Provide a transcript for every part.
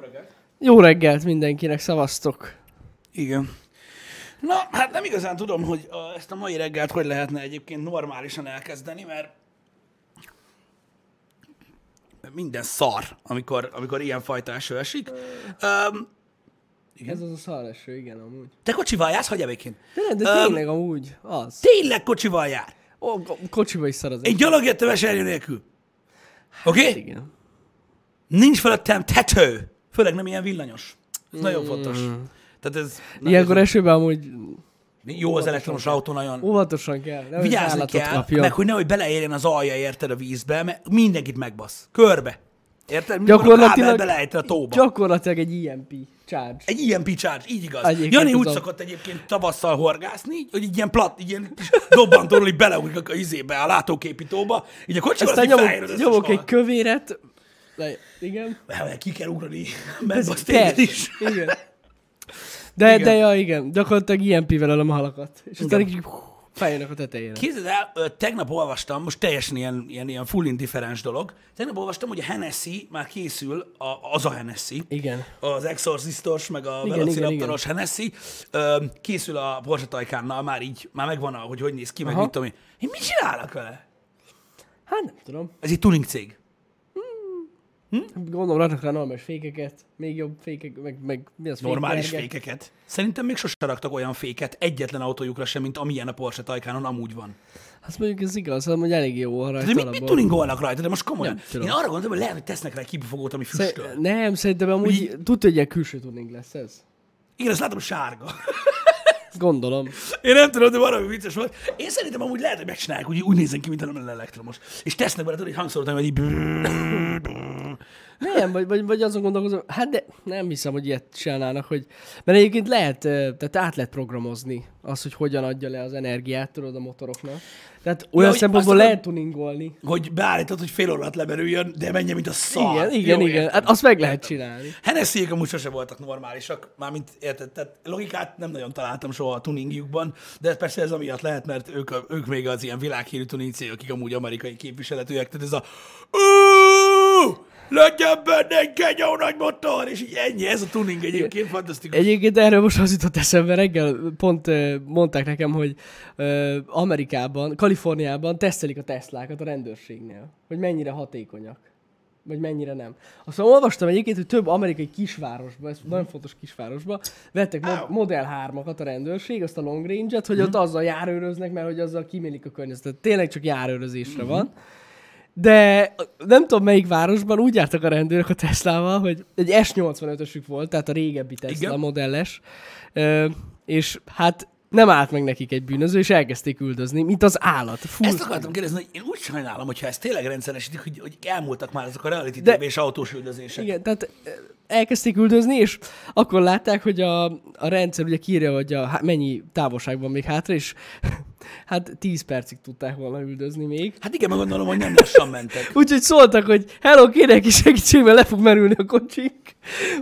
reggelt! Jó reggelt mindenkinek, szavaztok! Igen. Na, hát nem igazán tudom, hogy ö, ezt a mai reggelt hogy lehetne egyébként normálisan elkezdeni, mert minden szar, amikor, amikor ilyen fajta eső esik. Um, Igen. Ez az a szareső, igen, amúgy. te kocsival jársz, hogy egyébként? Tényleg, de tényleg amúgy, az. Tényleg kocsival jár. Ó, ko- kocsiba is szar az Én gyalog jöttem esernyő nélkül. Oké? egész. Okay? Hát Igen. Nincs fölöttem tető. Főleg nem ilyen villanyos. Ez nagyon fontos. Hmm. Tehát ez... Ilyenkor esőben amúgy Jó az elektromos autó nagyon. óvatosan kell. Nem Vigyázni kell, kapjon. meg hogy nehogy beleérjen az alja, érted, a vízbe, mert mindenkit megbasz. Körbe. Érted? Gyakorlatilag... Belejte a tóba. Csak... gyakorlatilag egy IMP charge. Egy ilyen picsács, így igaz. Egyébként Jani úgy tudom. szokott egyébként tavasszal horgászni, így, hogy így ilyen plat, így ilyen kis dobbantól, hogy beleugrik a izébe, a látóképítóba, így a kocsival Aztán az így nyomok, felérőd az nyomok összes egy kövéret, de, igen. hal. Ki kell ugrani, mert az Persze, téged is. Igen. De, Igen. igen. de ja, igen, gyakorlatilag IMP-vel ölöm a halakat. És aztán így feljönnek a tetejére. Képzeld el, ö, tegnap olvastam, most teljesen ilyen, ilyen, ilyen full indifferens dolog, tegnap olvastam, hogy a Hennessy már készül, a, az a Hennessy, Igen. az Exorcistos, meg a igen, Velociraptoros Hennessy, ö, készül a Porsche Taycannal, már így, már megvan, a- hogy hogy néz ki, meg Aha. mit tudom én. Én mit csinálnak vele? Hát nem tudom. Ez egy tuning cég. Gondolom raknak rá normális fékeket, még jobb fékek, meg, meg mi az Normális fékberge? fékeket. Szerintem még sose raktak olyan féket egyetlen autójukra sem, mint amilyen a Porsche Taycanon amúgy van. Hát mondjuk ez igaz, hanem hogy elég jó arra. De mit, mit tuningolnak rajta? De most komolyan. Nem tudom. Én arra gondolom, hogy lehet, hogy tesznek rá egy kipufogót, ami füstöl. Nem, szerintem amúgy tudja, hogy ilyen külső tuning lesz ez. Igen, azt látom sárga. Gondolom. Én nem tudom, de valami vicces volt. Én szerintem amúgy lehet, hogy megcsinálják, hogy úgy nézzen ki, mint nem lenne elektromos. És tesznek bele, tudod, egy hangszorot, ami így... Nem, vagy, vagy, vagy azon gondolkozom, hát de nem hiszem, hogy ilyet csinálnának, hogy... Mert egyébként lehet, ö, tehát át lehet programozni az, hogy hogyan adja le az energiát, tudod, a motoroknak. Tehát olyan hogy szempontból azt lehet tuningolni. Hogy beállítod, hogy fél óra alatt lemerüljön, de menjen, mint a szar. igen, igen, Jó, igen. értem. Hát azt meg lehet csinálni. Hennessy-ék amúgy sose voltak normálisak, mármint érted, tehát logikát nem nagyon találtam soha a tuningjukban, de persze ez amiatt lehet, mert ők, a, ők még az ilyen világhírű tuning cégek, akik amúgy amerikai képviseletűek, tehát ez a "Ú, legyen benne egy genyó nagy motor, és így ennyi, ez a tuning egyébként fantasztikus. Egyébként erről most az jutott eszembe reggel, pont ö, mondták nekem, hogy ö, Amerikában, Kaliforniában tesztelik a Teslákat a rendőrségnél, hogy mennyire hatékonyak, vagy mennyire nem. Aztán olvastam egyébként, hogy több amerikai kisvárosban, ez nagyon fontos kisvárosban, vettek mo- Model 3-akat a rendőrség, azt a long range-et, hogy ott azzal járőröznek, mert hogy azzal kimélik a környezetet. Tényleg csak járőrözésre van. De nem tudom melyik városban úgy jártak a rendőrök a Teslával, hogy egy S85-ösük volt, tehát a régebbi Tesla Igen. Igen. modelles, ö, és hát nem állt meg nekik egy bűnöző, és elkezdték üldözni, mint az állat. Fú, Ezt akartam kérdezni, hogy én úgy sajnálom, hogyha ezt tényleg rendszeresítik, hogy, hogy elmúltak már ezek a reality De- TV és autós üldözések. Igen, tehát ö, elkezdték üldözni, és akkor látták, hogy a, a rendszer ugye kírja, hogy a, há- mennyi távolságban még hátra, és hát 10 percig tudták volna üldözni még. Hát igen, meg gondolom, hogy nem lassan mentek. Úgyhogy szóltak, hogy hello, kérek is segítség, mert le fog merülni a kocsink.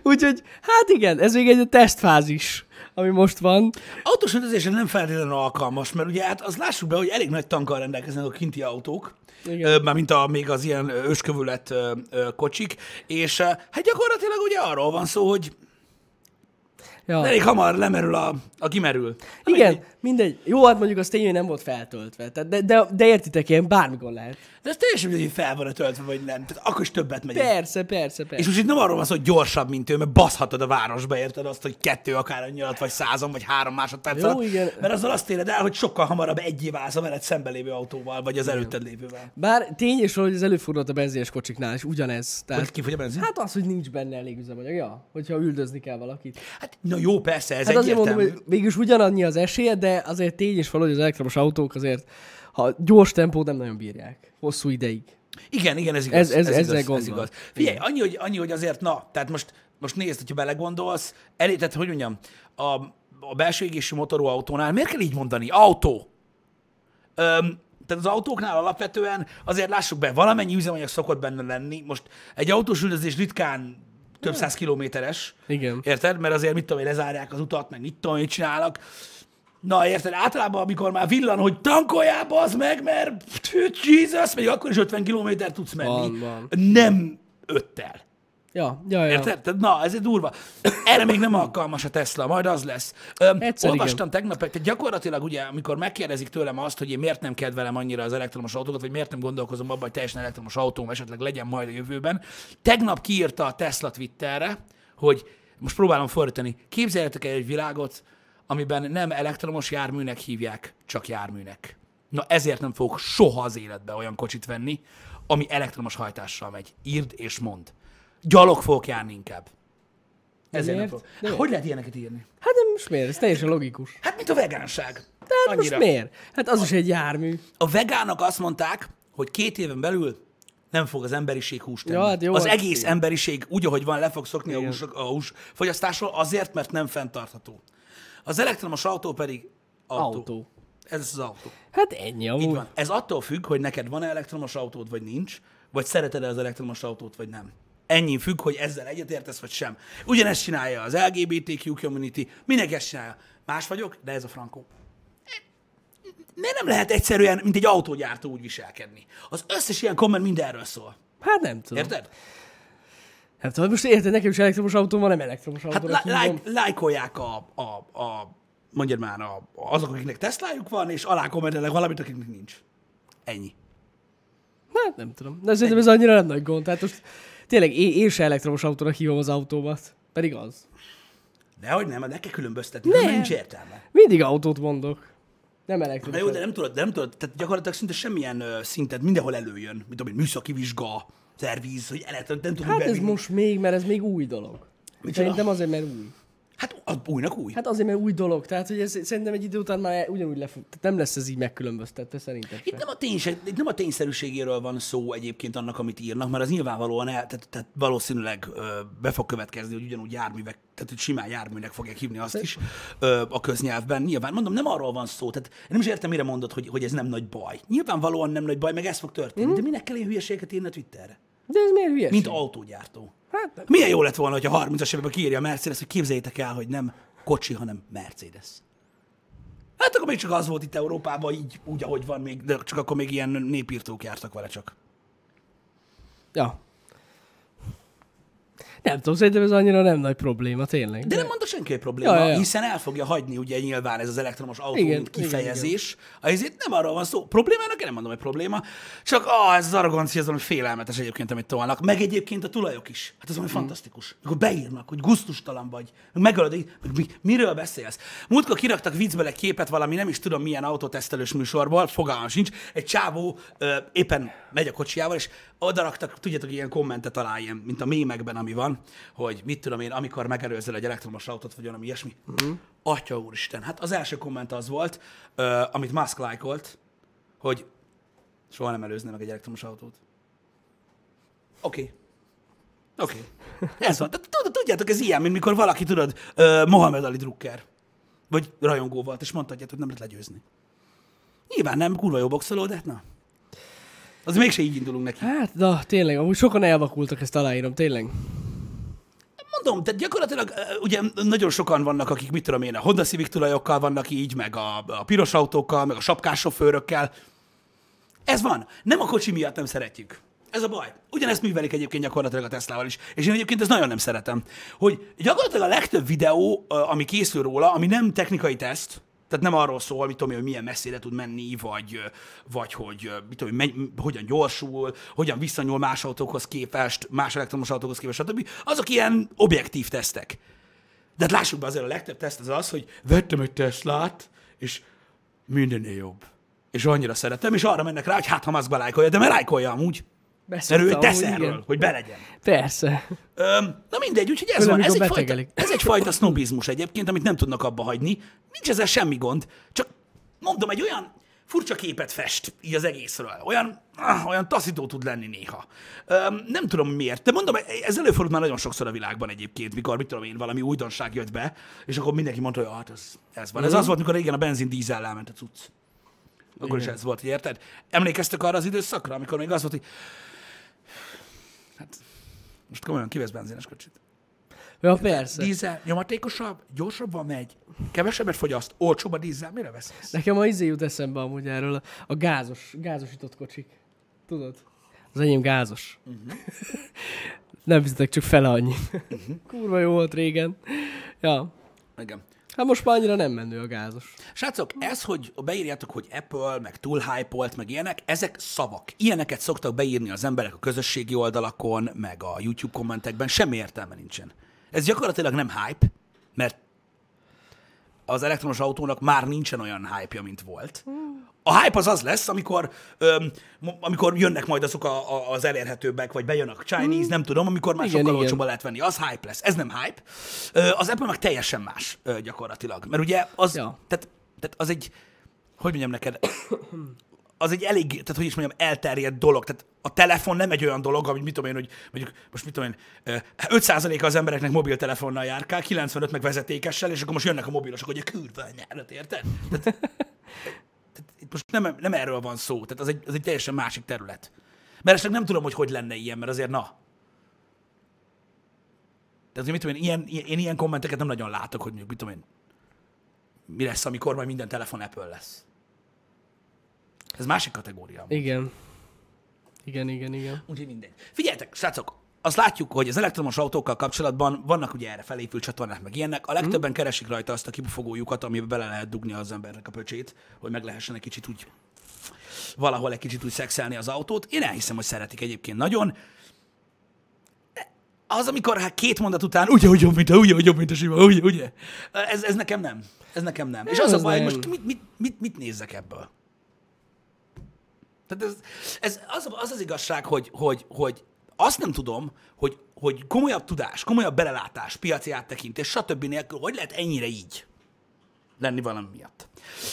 Úgyhogy, hát igen, ez még egy tesztfázis, ami most van. Autós üldözésen nem feltétlenül alkalmas, mert ugye hát az lássuk be, hogy elég nagy tankkal rendelkeznek a kinti autók, Igen. Ö, mármint a, még az ilyen ö, őskövület ö, ö, kocsik, és ö, hát gyakorlatilag ugye arról van szó, hogy Ja. elég hamar lemerül a, a kimerül. Na, Igen, mindegy. mindegy. Jó, hát mondjuk az tény, hogy nem volt feltöltve. Tehát de, de, de értitek, ilyen bármikor lehet. De ez teljesen mindegy, hogy fel van töltve, vagy nem. Tehát akkor is többet megy. Persze, persze, És persze. most itt nem arról van szó, hogy gyorsabb, mint ő, mert baszhatod a városba, érted azt, hogy kettő akár annyi alatt, vagy százon, vagy három másodperc Jó, alatt. igen. Mert azzal azt éred el, hogy sokkal hamarabb egyéb állsz a veled szembe lévő autóval, vagy az előtted lévővel. Bár tény és hogy ez előfordult a benzines kocsiknál, és ugyanez. Hogy Tehát, kifogy a benzin? Hát, hát az, hogy nincs benne elég üzemanyag, ja, hogyha üldözni kell valakit. hát, na jó, persze, ez Hát azért egyértelmű. mondom, hogy mégis ugyanannyi az esélye, de azért tény is valahogy az elektromos autók azért, ha gyors tempót nem nagyon bírják, hosszú ideig. Igen, igen, ez igaz. Ez- ez- ezzel igaz, ez gondolom. igaz. Figyelj, annyi hogy, annyi, hogy azért, na, tehát most, most nézd, hogyha belegondolsz, elé, tehát hogy mondjam, a, a belső égésű motorú autónál, miért kell így mondani? Autó. Öm, tehát az autóknál alapvetően azért lássuk be, valamennyi üzemanyag szokott benne lenni. Most egy autós üldözés ritkán több száz kilométeres. Igen. Érted? Mert azért mit tudom, én, lezárják az utat, meg mit tudom, én, mit csinálnak. Na, érted? Általában, amikor már villan, hogy tankoljál, az meg, mert Jesus, még akkor is 50 kilométer tudsz menni. Van, van. Nem öttel. Ja, ja, ja. Érted? Tehát, na, ez egy durva. Erre még nem alkalmas a Tesla, majd az lesz. Öm, Egyszer olvastam tegnap, tehát gyakorlatilag ugye, amikor megkérdezik tőlem azt, hogy én miért nem kedvelem annyira az elektromos autókat, vagy miért nem gondolkozom abban, hogy teljesen elektromos autóm esetleg legyen majd a jövőben, tegnap kiírta a Tesla Twitterre, hogy most próbálom fordítani, képzeljetek el egy világot, amiben nem elektromos járműnek hívják, csak járműnek. Na ezért nem fogok soha az életbe olyan kocsit venni, ami elektromos hajtással megy. Írd és mondd. Gyalog fogok járni inkább. Ezért nem Miért? fogok. De Hát, hogy lehet ilyeneket írni? Hát de most miért? Ez teljesen logikus. Hát, mint a vegánság. Tehát Annyira. most miért? Hát az is egy jármű. A vegánok azt mondták, hogy két éven belül nem fog az emberiség húst tenni. Ja, hát jó, az hát egész igen. emberiség úgy, ahogy van, le fog szokni a, hús, a húsfogyasztásról, azért, mert nem fenntartható. Az elektromos autó pedig autó. Autó. Ez az autó. Hát ennyi Így amúgy. van. Ez attól függ, hogy neked van-e elektromos autód, vagy nincs, vagy szereted-e az elektromos autót, vagy nem. Ennyi függ, hogy ezzel egyetértesz, vagy sem. Ugyanezt csinálja az LGBTQ community, mindenki ezt csinálja. Más vagyok, de ez a frankó. Miért nem lehet egyszerűen, mint egy autógyártó úgy viselkedni? Az összes ilyen komment mindenről szól. Hát nem tudom. Érted? Hát tudom, most érted, nekem is elektromos autóm van, nem elektromos Hát autónak lá- hívom. láj- lájkolják a, a, a mondjad már, a, azok, akiknek Teslájuk van, és alá kommentelnek valamit, akiknek nincs. Ennyi. Hát nem tudom. De szerintem ez annyira nem nagy gond. Tehát most tényleg én, én se elektromos autónak hívom az autómat. Pedig az. Dehogy nem, de kell különböztetni, nem. nincs értelme. Mindig autót mondok. Nem Na elektromos. jó, de nem tudod, de nem tudod, tehát gyakorlatilag szinte semmilyen ö, szintet mindenhol előjön, mint tudom, én, műszaki vizsga, szerviz, hogy elektron, nem tudom, Hát ez bevinni. most még, mert ez még új dolog. Micsoda? Szerintem azért, mert új. Hát az újnak új. Hát, Hát azért, mert új dolog. Tehát, hogy ez, szerintem egy idő után már ugyanúgy lefog. Tehát nem lesz ez így megkülönböztetve, szerintem itt, se. nem a ténység, itt nem a tényszerűségéről van szó egyébként annak, amit írnak, mert az nyilvánvalóan el, tehát, tehát valószínűleg ö, be fog következni, hogy ugyanúgy járművek, tehát hogy simán járműnek fogják hívni azt is ö, a köznyelvben. Nyilván, mondom, nem arról van szó, tehát én nem is értem, mire mondod, hogy, hogy ez nem nagy baj. Nyilvánvalóan nem nagy baj, meg ez fog Mhm. történni, mm. de minek kell ilyen hülyeséget írni a Twitterre? De ez miért hülyeség? Mint autógyártó. Hát nem. Milyen jó lett volna, hogy a 30-as években kiírja a Mercedes, hogy képzeljétek el, hogy nem kocsi, hanem Mercedes. Hát akkor még csak az volt itt Európában, így úgy, ahogy van, még, de csak akkor még ilyen népírtók jártak vele csak. Ja. Nem tudom, szerintem ez annyira nem nagy probléma, tényleg. De nem mondta senki egy probléma, ja, Ja, ja, ja, ja. hiszen el fogja hagyni ugye nyilván ez az elektromos autó Igen, mint igen, kifejezés. Ezért nem arról van szó. Problémának én nem mondom, hogy probléma. Csak ah, ez az arrogancia, ez valami félelmetes egyébként, amit tolnak. Meg egyébként a tulajok is. Hát ez valami mm. fantasztikus. Akkor beírnak, hogy gusztustalan vagy. meg Megölöd, így, meg mi, miről beszélsz? Múltkor kiraktak viccből egy képet valami, nem is tudom milyen autótesztelős műsorból, fogalmam sincs. Egy csávó ö, éppen megy a kocsijával, és odaraktak, tudjátok, ilyen kommentet alá, ilyen, mint a mémekben, ami van, hogy mit tudom én, amikor megelőzel egy elektromos autót, vagy valami ilyesmi. Mm. Atya úristen, hát az első komment az volt, ö, amit Musk lájkolt, hogy soha nem előzne meg egy elektromos autót. Oké. Okay. Oké. Okay. Ez van. Tehát tudod- Tudjátok, ez ilyen, mint mikor valaki, tudod, uh, Mohamed Ali drukker. Vagy rajongó volt, és mondta, hogy hát, hogy nem lehet legyőzni. Nyilván nem, kurva jó boxoló, de hát na. Az mégse így indulunk neki. Hát, na, tényleg, amúgy sokan elvakultak, ezt aláírom, tényleg. Mondom, tehát gyakorlatilag ö, ugye nagyon sokan vannak, akik mit tudom én, a Honda Civic tulajokkal vannak így, meg a, a piros autókkal, meg a sapkás sofőrökkel. Ez van. Nem a kocsi miatt nem szeretjük. Ez a baj. Ugyanezt művelik egyébként gyakorlatilag a Teslával is. És én egyébként ezt nagyon nem szeretem. Hogy gyakorlatilag a legtöbb videó, ö, ami készül róla, ami nem technikai teszt, tehát nem arról szól, mit tudom én, hogy milyen messzire tud menni, vagy, ö, vagy hogy ö, mit tudom, én, megy, m- hogyan gyorsul, hogyan visszanyúl más autókhoz képest, más elektromos autókhoz képest, stb. Azok ilyen objektív tesztek. De hát lássuk be azért a legtöbb teszt az az, hogy vettem egy Teslát, és mindennél jobb. És annyira szeretem, és arra mennek rá, hogy hát ha maszkba lájkolja, de mert lájkolja amúgy. Mert Beszéltem, ő tesz amúgy, igen. erről, hogy belegyen. Persze. Öm, na mindegy, úgyhogy ez Főleg, van. Ez amikor egyfajta, betegelik. ez egyfajta sznobizmus egyébként, amit nem tudnak abba hagyni. Nincs ezzel semmi gond, csak mondom, egy olyan furcsa képet fest így az egészről. Olyan, ah, olyan taszító tud lenni néha. Öm, nem tudom miért, de mondom, ez előfordult már nagyon sokszor a világban egyébként, mikor, mit tudom én, valami újdonság jött be, és akkor mindenki mondta, hogy ah, hát ez, ez van. Ez az volt, mikor régen a benzin dízel elment a cucc. Akkor is ez volt, hogy érted? Emlékeztek arra az időszakra, amikor még az volt, hogy hát most komolyan kivesz benzines kocsit. Ja, persze. Dízel nyomatékosabb, gyorsabban megy, kevesebbet fogyaszt, olcsóbb a dízel, mire veszesz? Nekem a izé jut eszembe amúgy erről, a- a gázos, gázosított kocsik. Tudod? Az enyém gázos. Uh-huh. nem fizetek csak fele annyi. Uh-huh. Kurva jó volt régen. Ja. Igen. Hát most már annyira nem menő a gázos. Srácok, ez, hogy beírjátok, hogy Apple, meg túl hype meg ilyenek, ezek szavak. Ilyeneket szoktak beírni az emberek a közösségi oldalakon, meg a YouTube kommentekben, semmi értelme nincsen. Ez gyakorlatilag nem hype, mert az elektromos autónak már nincsen olyan hype mint volt. A hype az az lesz, amikor, öm, mo- amikor jönnek majd azok a, a, az elérhetőbbek, vagy bejön a Chinese, nem tudom, amikor már Igen, sokkal igen. olcsóban lehet venni. Az hype lesz, ez nem hype. Ö, Az Apple meg teljesen más ö, gyakorlatilag. Mert ugye az, Ja. tehát, tehát az egy, hogy mondjam neked, az egy elég, tehát hogy is mondjam, elterjedt dolog. Tehát a telefon nem egy olyan dolog, amit mit tudom én, hogy mondjuk most mit tudom én, ö, 5% az embereknek mobiltelefonnal járkál, 95 meg vezetékessel, és akkor most jönnek a mobilosok, hogy a kurva anyádat, érted? Tehát, tehát itt most nem, nem erről van szó, tehát az egy, az egy teljesen másik terület. Mert esetleg nem tudom, hogy hogy lenne ilyen, mert azért na. Tehát, hogy mit tudom én, ilyen, ilyen, én ilyen kommenteket nem nagyon látok, hogy mondjuk, mit tudom én, mi lesz, amikor majd minden telefon Apple lesz. Ez másik kategória. Igen. Igen, igen, igen. Úgyhogy mindegy. Figyeljetek, srácok, azt látjuk, hogy az elektromos autókkal kapcsolatban vannak ugye erre felépült csatornák, meg ilyenek. A legtöbben keresik rajta azt a kipufogójukat, amiben bele lehet dugni az embernek a pöcsét, hogy meg lehessen egy kicsit úgy valahol egy kicsit úgy szexelni az autót. Én elhiszem, hogy szeretik egyébként nagyon. Az, amikor hát két mondat után, ugye, ugye, mint a, ugye, ugye, mint a sima, ugye, ugye. Ez, ez nekem nem. Ez nekem nem. És az a az baj, hogy nem. most mit, mit, mit, mit nézzek ebből? Tehát ez, ez az, az az igazság, hogy, hogy, hogy azt nem tudom, hogy, hogy komolyabb tudás, komolyabb belelátás, piaci áttekintés, stb. nélkül, hogy lehet ennyire így lenni valami miatt.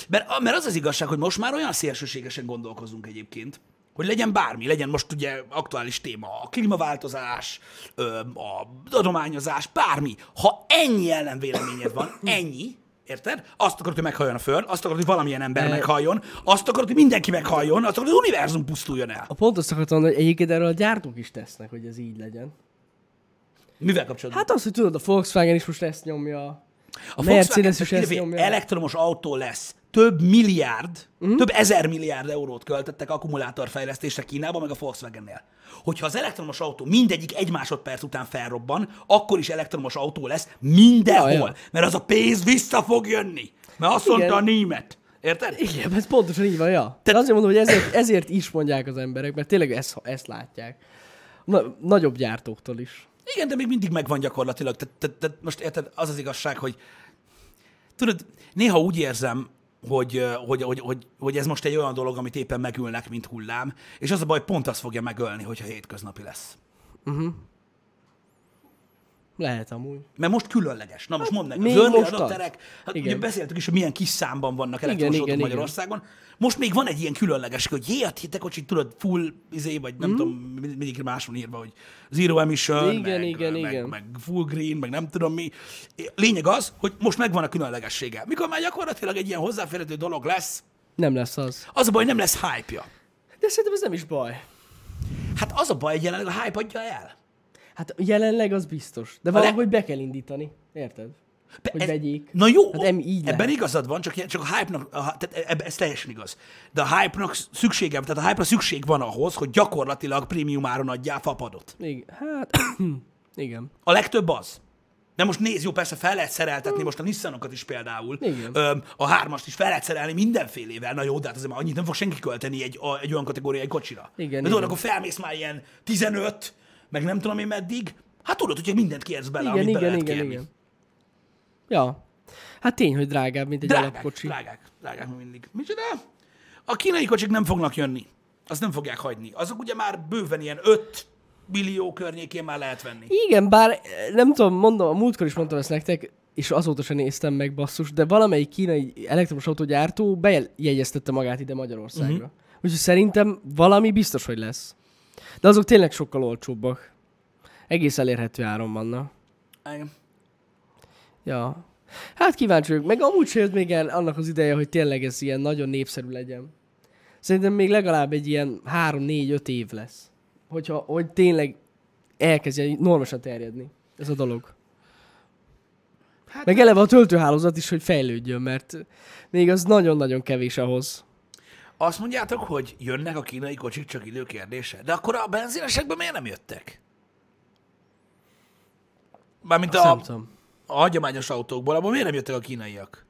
Mert, mert az az igazság, hogy most már olyan szélsőségesen gondolkozunk egyébként, hogy legyen bármi, legyen most ugye aktuális téma, a klímaváltozás, ö, a adományozás, bármi. Ha ennyi ellenvéleményed van, ennyi, érted? Azt akarod, hogy meghalljon a föld, azt akarod, hogy valamilyen ember Ne. meghalljon, azt akarod, hogy mindenki meghalljon, azt akarod, hogy az univerzum pusztuljon el. A pont azt akartam mondani, hogy egyébként erről a gyártók is tesznek, hogy ez így legyen. Mivel kapcsolatban? Hát az, hogy tudod, a Volkswagen is most ezt nyomja. A Mercedes is Volkswagen, ezt figyelj, nyomja. Mhm. elektromos autó lesz. Több milliárd, mm. több ezer milliárd eurót költöttek akkumulátorfejlesztésre Kínában, meg a Volkswagennél. Hogyha az elektromos autó mindegyik egy másodperc után felrobban, akkor is elektromos autó lesz mindenhol. Ja, Ja, ja. ja. Mert az a pénz vissza fog jönni. Mert azt mondta a Igen. német. Érted? Igen, ez pontosan így van, ja. Te... Azért mondom, hogy ezért, ezért is mondják az emberek, mert tényleg ezt, ezt látják. Na, nagyobb gyártóktól is. Igen, de még mindig megvan gyakorlatilag. Tehát te, te, most érted, az az igazság, hogy tudod, néha úgy érzem, hogy, ö, hogy, hogy, hogy, hogy ez most egy olyan dolog, amit éppen megölnek, mint hullám, és az a baj, pont azt fogja megölni, hogyha hétköznapi lesz. Lehet amúgy. Mert most különleges. Na most mondd nekem, Hát még az early most az. adopterek, hát ugye Igen. beszéltük is, hogy milyen kis számban vannak elektromos Igen, autók igen, Magyarországon. Most még van egy ilyen különleges, hogy jé, a hitekocsit tudod, full, izé, vagy Hmm? nem mm. tudom, mind- mindig más van írva, hogy zero emission, Igen, meg, igen, meg, igen. meg full green, meg nem tudom mi. Lényeg az, hogy most megvan a különlegessége. Mikor már gyakorlatilag egy ilyen hozzáférhető dolog lesz, Nem lesz az. az a baj, nem lesz hype-ja. De szerintem ez nem is baj. Hát az a baj, hogy jelenleg a hype adja el. Hát jelenleg az biztos. De le- valahogy be kell indítani. Érted? Be- Hogy vegyék. Na jó, Hát em- így ebben lehet. igazad van, csak, csak a hype-nak, a, tehát ebben, ez teljesen igaz. De a hype-nak szüksége, tehát a hype-ra szükség van ahhoz, hogy gyakorlatilag prémium áron adjál fapadot. Igen. Hát, igen. A legtöbb az. De most nézd, jó, persze fel lehet szereltetni most a Nissanokat is például, Igen. Öm, a hármast is fel lehet szerelni mindenfélével, na jó, de hát azért már annyit nem fog senki költeni egy, a, egy olyan kategóriai kocsira. Igen, De tudod, igen. akkor felmész már ilyen 15, meg nem tudom én meddig, hát tudod, hogy mindent kérsz bele, Igen, amit bele igen, lehet igen, kérni. igen. Ja. Hát tény, hogy drágább, mint egy Drágák, alapkocsi. drágák, drágák mindig. Micsoda? A kínai kocsik nem fognak jönni. Azt nem fogják hagyni. Azok ugye már bőven ilyen 5 millió környékén már lehet venni. Igen, bár eh, nem tudom, mondom, a múltkor is mondtam ezt nektek, és azóta sem néztem meg basszus, de valamelyik kínai elektromos autógyártó bejegyeztette magát ide Magyarországra. Uh-huh. Úgyhogy szerintem valami biztos, hogy lesz. De azok tényleg sokkal olcsóbbak. Egész elérhető áron vannak. Igen. Ja. Hát kíváncsi vagyok. Meg amúgy se jött még el annak az ideje, hogy tényleg ez ilyen nagyon népszerű legyen. Szerintem még legalább egy ilyen 3-4-5 év lesz. Hogyha, hogy tényleg elkezd ilyen normálisan terjedni ez a dolog. Hát- Hát meg eleve a töltőhálózat is, hogy fejlődjön, mert még az nagyon-nagyon kevés ahhoz. Azt mondjátok, hogy jönnek a kínai kocsik, csak idő kérdése. De akkor a benzinesekben miért nem jöttek? Mármint Azt nem a, tudom. a hagyományos autókból, abban miért nem jöttek a kínaiak?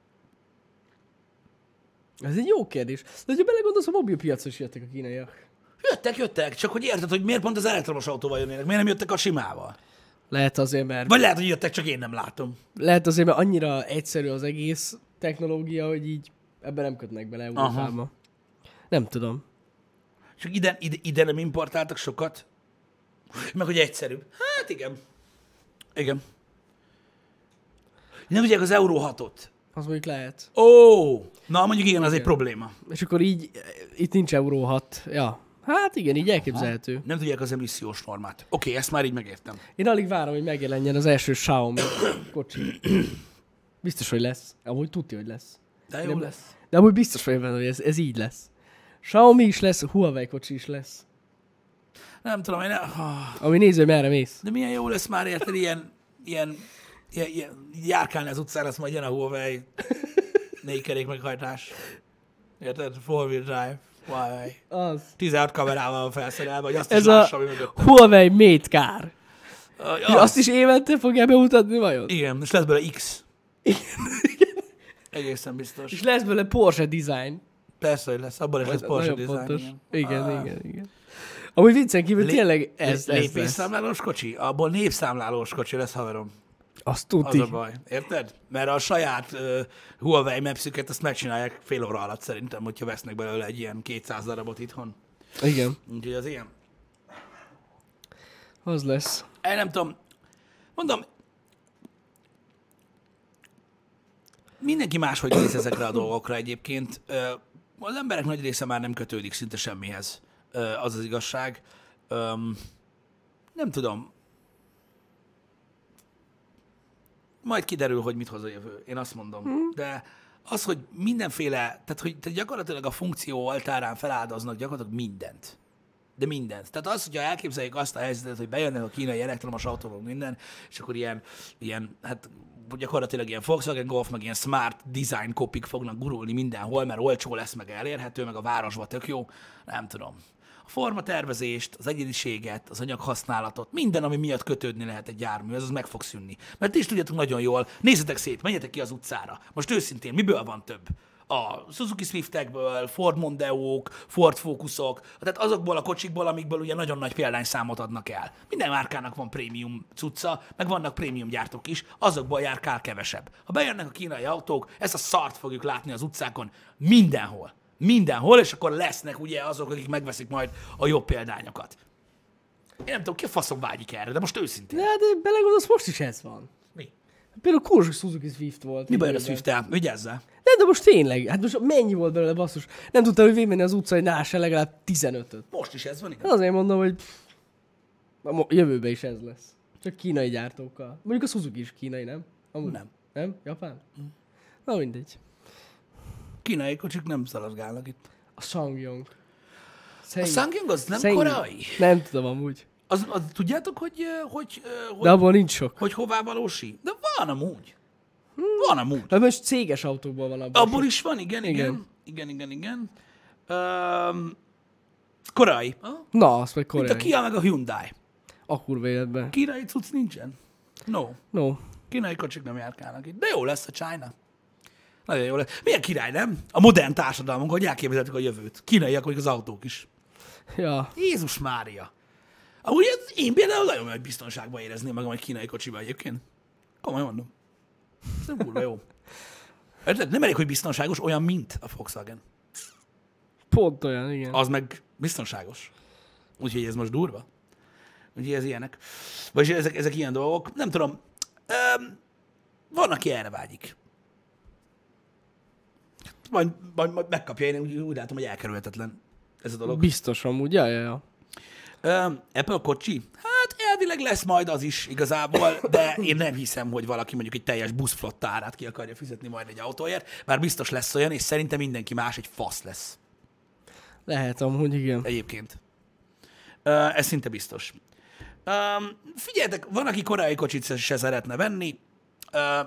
Ez egy jó kérdés. De hogyha belegondolsz, a mobilpiacon is jöttek a kínaiak. Jöttek, jöttek, csak hogy érted, hogy miért pont az elektromos autóval jönnének, miért nem jöttek a simával? Lehet azért, mert, Vagy lehet, hogy jöttek, csak én nem látom. lehet azért, mert annyira egyszerű az egész technológia, hogy így ebben nem kötnek bele Európába. Nem tudom. Csak ide, ide, ide nem importáltak sokat. Meg hogy egyszerűbb. Hát igen. Igen. Nem tudják az Euró 6-ot. Az mondjuk lehet. Ó, na mondjuk igen, az egy probléma. És akkor így, eh, itt nincs Euró 6. Ja. Hát igen, így elképzelhető. Nem tudják az emissziós normát. Oké, ezt már így megértem. Én alig várom, hogy megjelenjen az első Xiaomi kocsi. Biztos, hogy lesz. Amúgy tudja, hogy lesz. De jó Nem- lesz. De amúgy biztos vagyok benne, hogy ez, ez így lesz. Xiaomi is lesz, Huawei kocsi is lesz. Nem tudom, én... ah. Ami néző, merre mész. De milyen jó lesz már, érted, ilyen, ilyen, ilyen, ilyen járkálni az utcán, azt majd jön a Huawei, négy kerék meghajtás. Érted? Four wheel drive, Huawei. Az. 16 kamerával van felszerelve, hogy azt is Ez lássa, a ami mögött. Huawei Mate Car. Ah, Azt is évente fogja bemutatni vajon? Igen, és lesz belőle X. Egészen biztos. És lesz belőle Porsche design. Persze, hogy lesz. Abban is lesz Porsche Nagyon design. pontos. igen. Igen, Ah. igen, igen. Amúgy viccen kívül Lé- tényleg ez, ez lesz. Lépésszámlálós kocsi? Abból népszámlálós kocsi lesz, haverom. Azt Az tudni. a baj, érted? Mert a saját uh, Huawei Maps-üket azt megcsinálják fél óra alatt szerintem, hogyha vesznek belőle egy ilyen 200 darabot itthon. Igen. Úgyhogy az ilyen. Az lesz. El nem tudom. Mondom, mindenki máshogy néz ezekre a dolgokra egyébként. Ö, Az emberek nagy része már nem kötődik szinte semmihez. Ö, Az az igazság. Öm, Nem tudom. Majd kiderül, hogy mit hoz a jövő. Én azt mondom. De az, hogy mindenféle, tehát hogy tehát gyakorlatilag a funkció oltárán feláldoznak gyakorlatilag mindent de mindent. Tehát az, hogyha elképzeljük azt a helyzetet, hogy bejönnek a kínai elektromos autók minden, és akkor ilyen, ilyen hát gyakorlatilag ilyen Volkswagen Golf, meg ilyen smart design kopik fognak gurulni mindenhol, mert olcsó lesz, meg elérhető, meg a városba tök jó, nem tudom. A forma tervezést, az egyediséget, az anyaghasználatot, minden, ami miatt kötődni lehet egy jármű, ez az meg fog szűnni. Mert ti is tudjátok nagyon jól, nézzetek szét, menjetek ki az utcára. Most őszintén, miből van több? a Suzuki Swiftekből, Ford Mondeók, Ford Focusok, tehát azokból a kocsikból, amikből ugye nagyon nagy példányszámot adnak el. Minden márkának van prémium cucca, meg vannak prémium gyártók is, azokból járkál kevesebb. Ha bejönnek a kínai autók, ezt a szart fogjuk látni az utcákon mindenhol. Mindenhol, és akkor lesznek ugye azok, akik megveszik majd a jobb példányokat. Én nem tudom, ki a faszom vágyik erre, de most őszintén. De hát de belegondolsz, most is ez van. Mi? Például Kurzsuk Suzuki Swift volt. Mi baj a Időben. Swift-tel? Vigyázzál. De, de most tényleg, hát most mennyi volt belőle basszus? Nem tudtam, hogy végigmenni az utca, hogy nása legalább 15-öt. Most is ez van, igen. Hát Azért mondom, hogy pff, a mo- jövőben is ez lesz. Csak kínai gyártókkal. Mondjuk a Suzuki is kínai, nem? Amúgy. Nem. Mm. Nem? Japán? Na mindegy. Kínai kocsik nem szaladgálnak itt. A Sangyong. A Szeng- Sangyong az nem Sangyong. korai? Nem tudom amúgy. Az, az, tudjátok, hogy, ö, hogy, ö, hogy, De abból nincs sok. hogy hová valósi? De van amúgy. Van amúgy. Hát most céges autókból van abban. Abból is van, igen, igen. Igen, igen, igen. Öm, korai. Ha? Na, azt meg Mint a koreai. Kia meg a Hyundai. A kurva életben. Kínai cucc nincsen. No. No. Kínai kocsik nem járkálnak itt. De jó lesz a China. Nagyon jó lesz. Milyen király, nem? A modern társadalmunk, hogy elképzeltük a jövőt. Kínaiak vagyok az autók is. Ja. Jézus Mária! Amúgy ez- én például nagyon nagy biztonságban érezném magam egy kínai kocsiba egyébként. Komolyan mondom. Ez nem kurva jó. Érted? Nem elég, hogy biztonságos, olyan, mint a Volkswagen. Pont olyan, igen. Az meg biztonságos. Úgyhogy ez most durva. Úgyhogy ez ilyenek. Vagyis ezek, ezek ilyen dolgok. Nem tudom. Öm, van, aki erre vágyik. Majd, majd, majd megkapja, én úgy, úgy látom, hogy elkerülhetetlen ez a dolog. Biztos amúgy, ja, ja, ja. Öm, Apple kocsi? Hát elvileg lesz majd az is igazából, de én nem hiszem, hogy valaki mondjuk egy teljes buszflotta árát ki akarja fizetni majd egy autóért, bár biztos lesz olyan, és szerintem mindenki más egy fasz lesz Lehet amúgy, igen. egyébként. Ö, Ez szinte biztos. Öm, Figyeljetek, van, aki koreai kocsit se- se szeretne venni, Ö,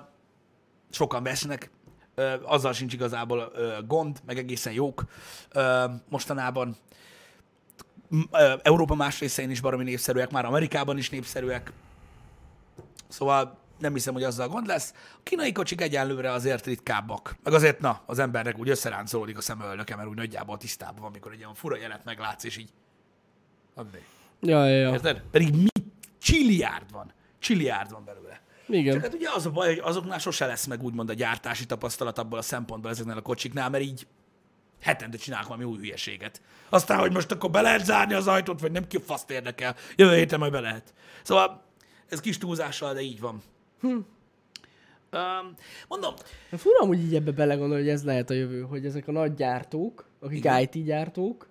sokan vesznek, Ö, azzal sincs igazából ö, gond, meg egészen jók ö, mostanában. M- ö, Európa más részein is baromi népszerűek, már Amerikában is népszerűek. Szóval nem hiszem, hogy azzal gond lesz. A kínai kocsik egyenlőre azért ritkábbak. Meg azért, na, az embernek úgy összeráncolódik a szemöldöke, mert úgy nagyjából tisztában van, amikor egy ilyen fura jelet meglátsz, és így... Addig. Ja, ja, ja. Érted? Pedig mi? Csilliárd van. Csilliárd van belőle. Csak Igen. hát ugye az a baj, hogy azoknál sose lesz meg úgymond a gyártási tapasztalat abból a szempontból ezeknél a kocsiknál, mert így hetente csinálnak valami új hülyeséget. Aztán, hogy most akkor be lehet zárni az ajtót, vagy nem ki a faszt érdekel. Jövő héten majd be lehet. Szóval ez kis túlzással, de így van. Hm. Um, mondom, De Fura amúgy így ebbe belegondolni, hogy ez lehet a jövő, hogy ezek a nagy gyártók, akik Igen. IT gyártók,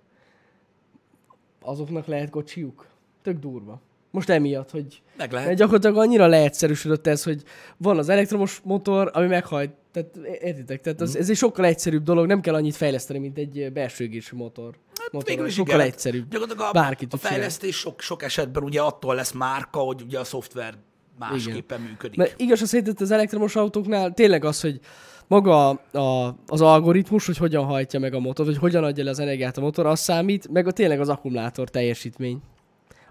azoknak lehet kocsiuk. Tök durva. Most emiatt, hogy mert meg lehet. gyakorlatilag annyira leegyszerűsödött ez, hogy van az elektromos motor, ami meghajt. Tehát é- értitek? Tehát Mhm. az, ez egy sokkal egyszerűbb dolog, nem kell annyit fejleszteni, mint egy belső égésű motor. motor. Hát Végül is Sokkal igen. egyszerűbb. Gyakorlatilag a, Bárki a tud csinálni. fejlesztés sok, sok esetben ugye attól lesz márka, hogy ugye a szoftver másképpen Igen. működik. Mert igaz, az itt az elektromos autóknál tényleg az, hogy maga a, a, az algoritmus, hogy hogyan hajtja meg a motor, hogy hogyan adja le az energiát a motor, az számít, meg a, tényleg az akkumulátor teljesítmény.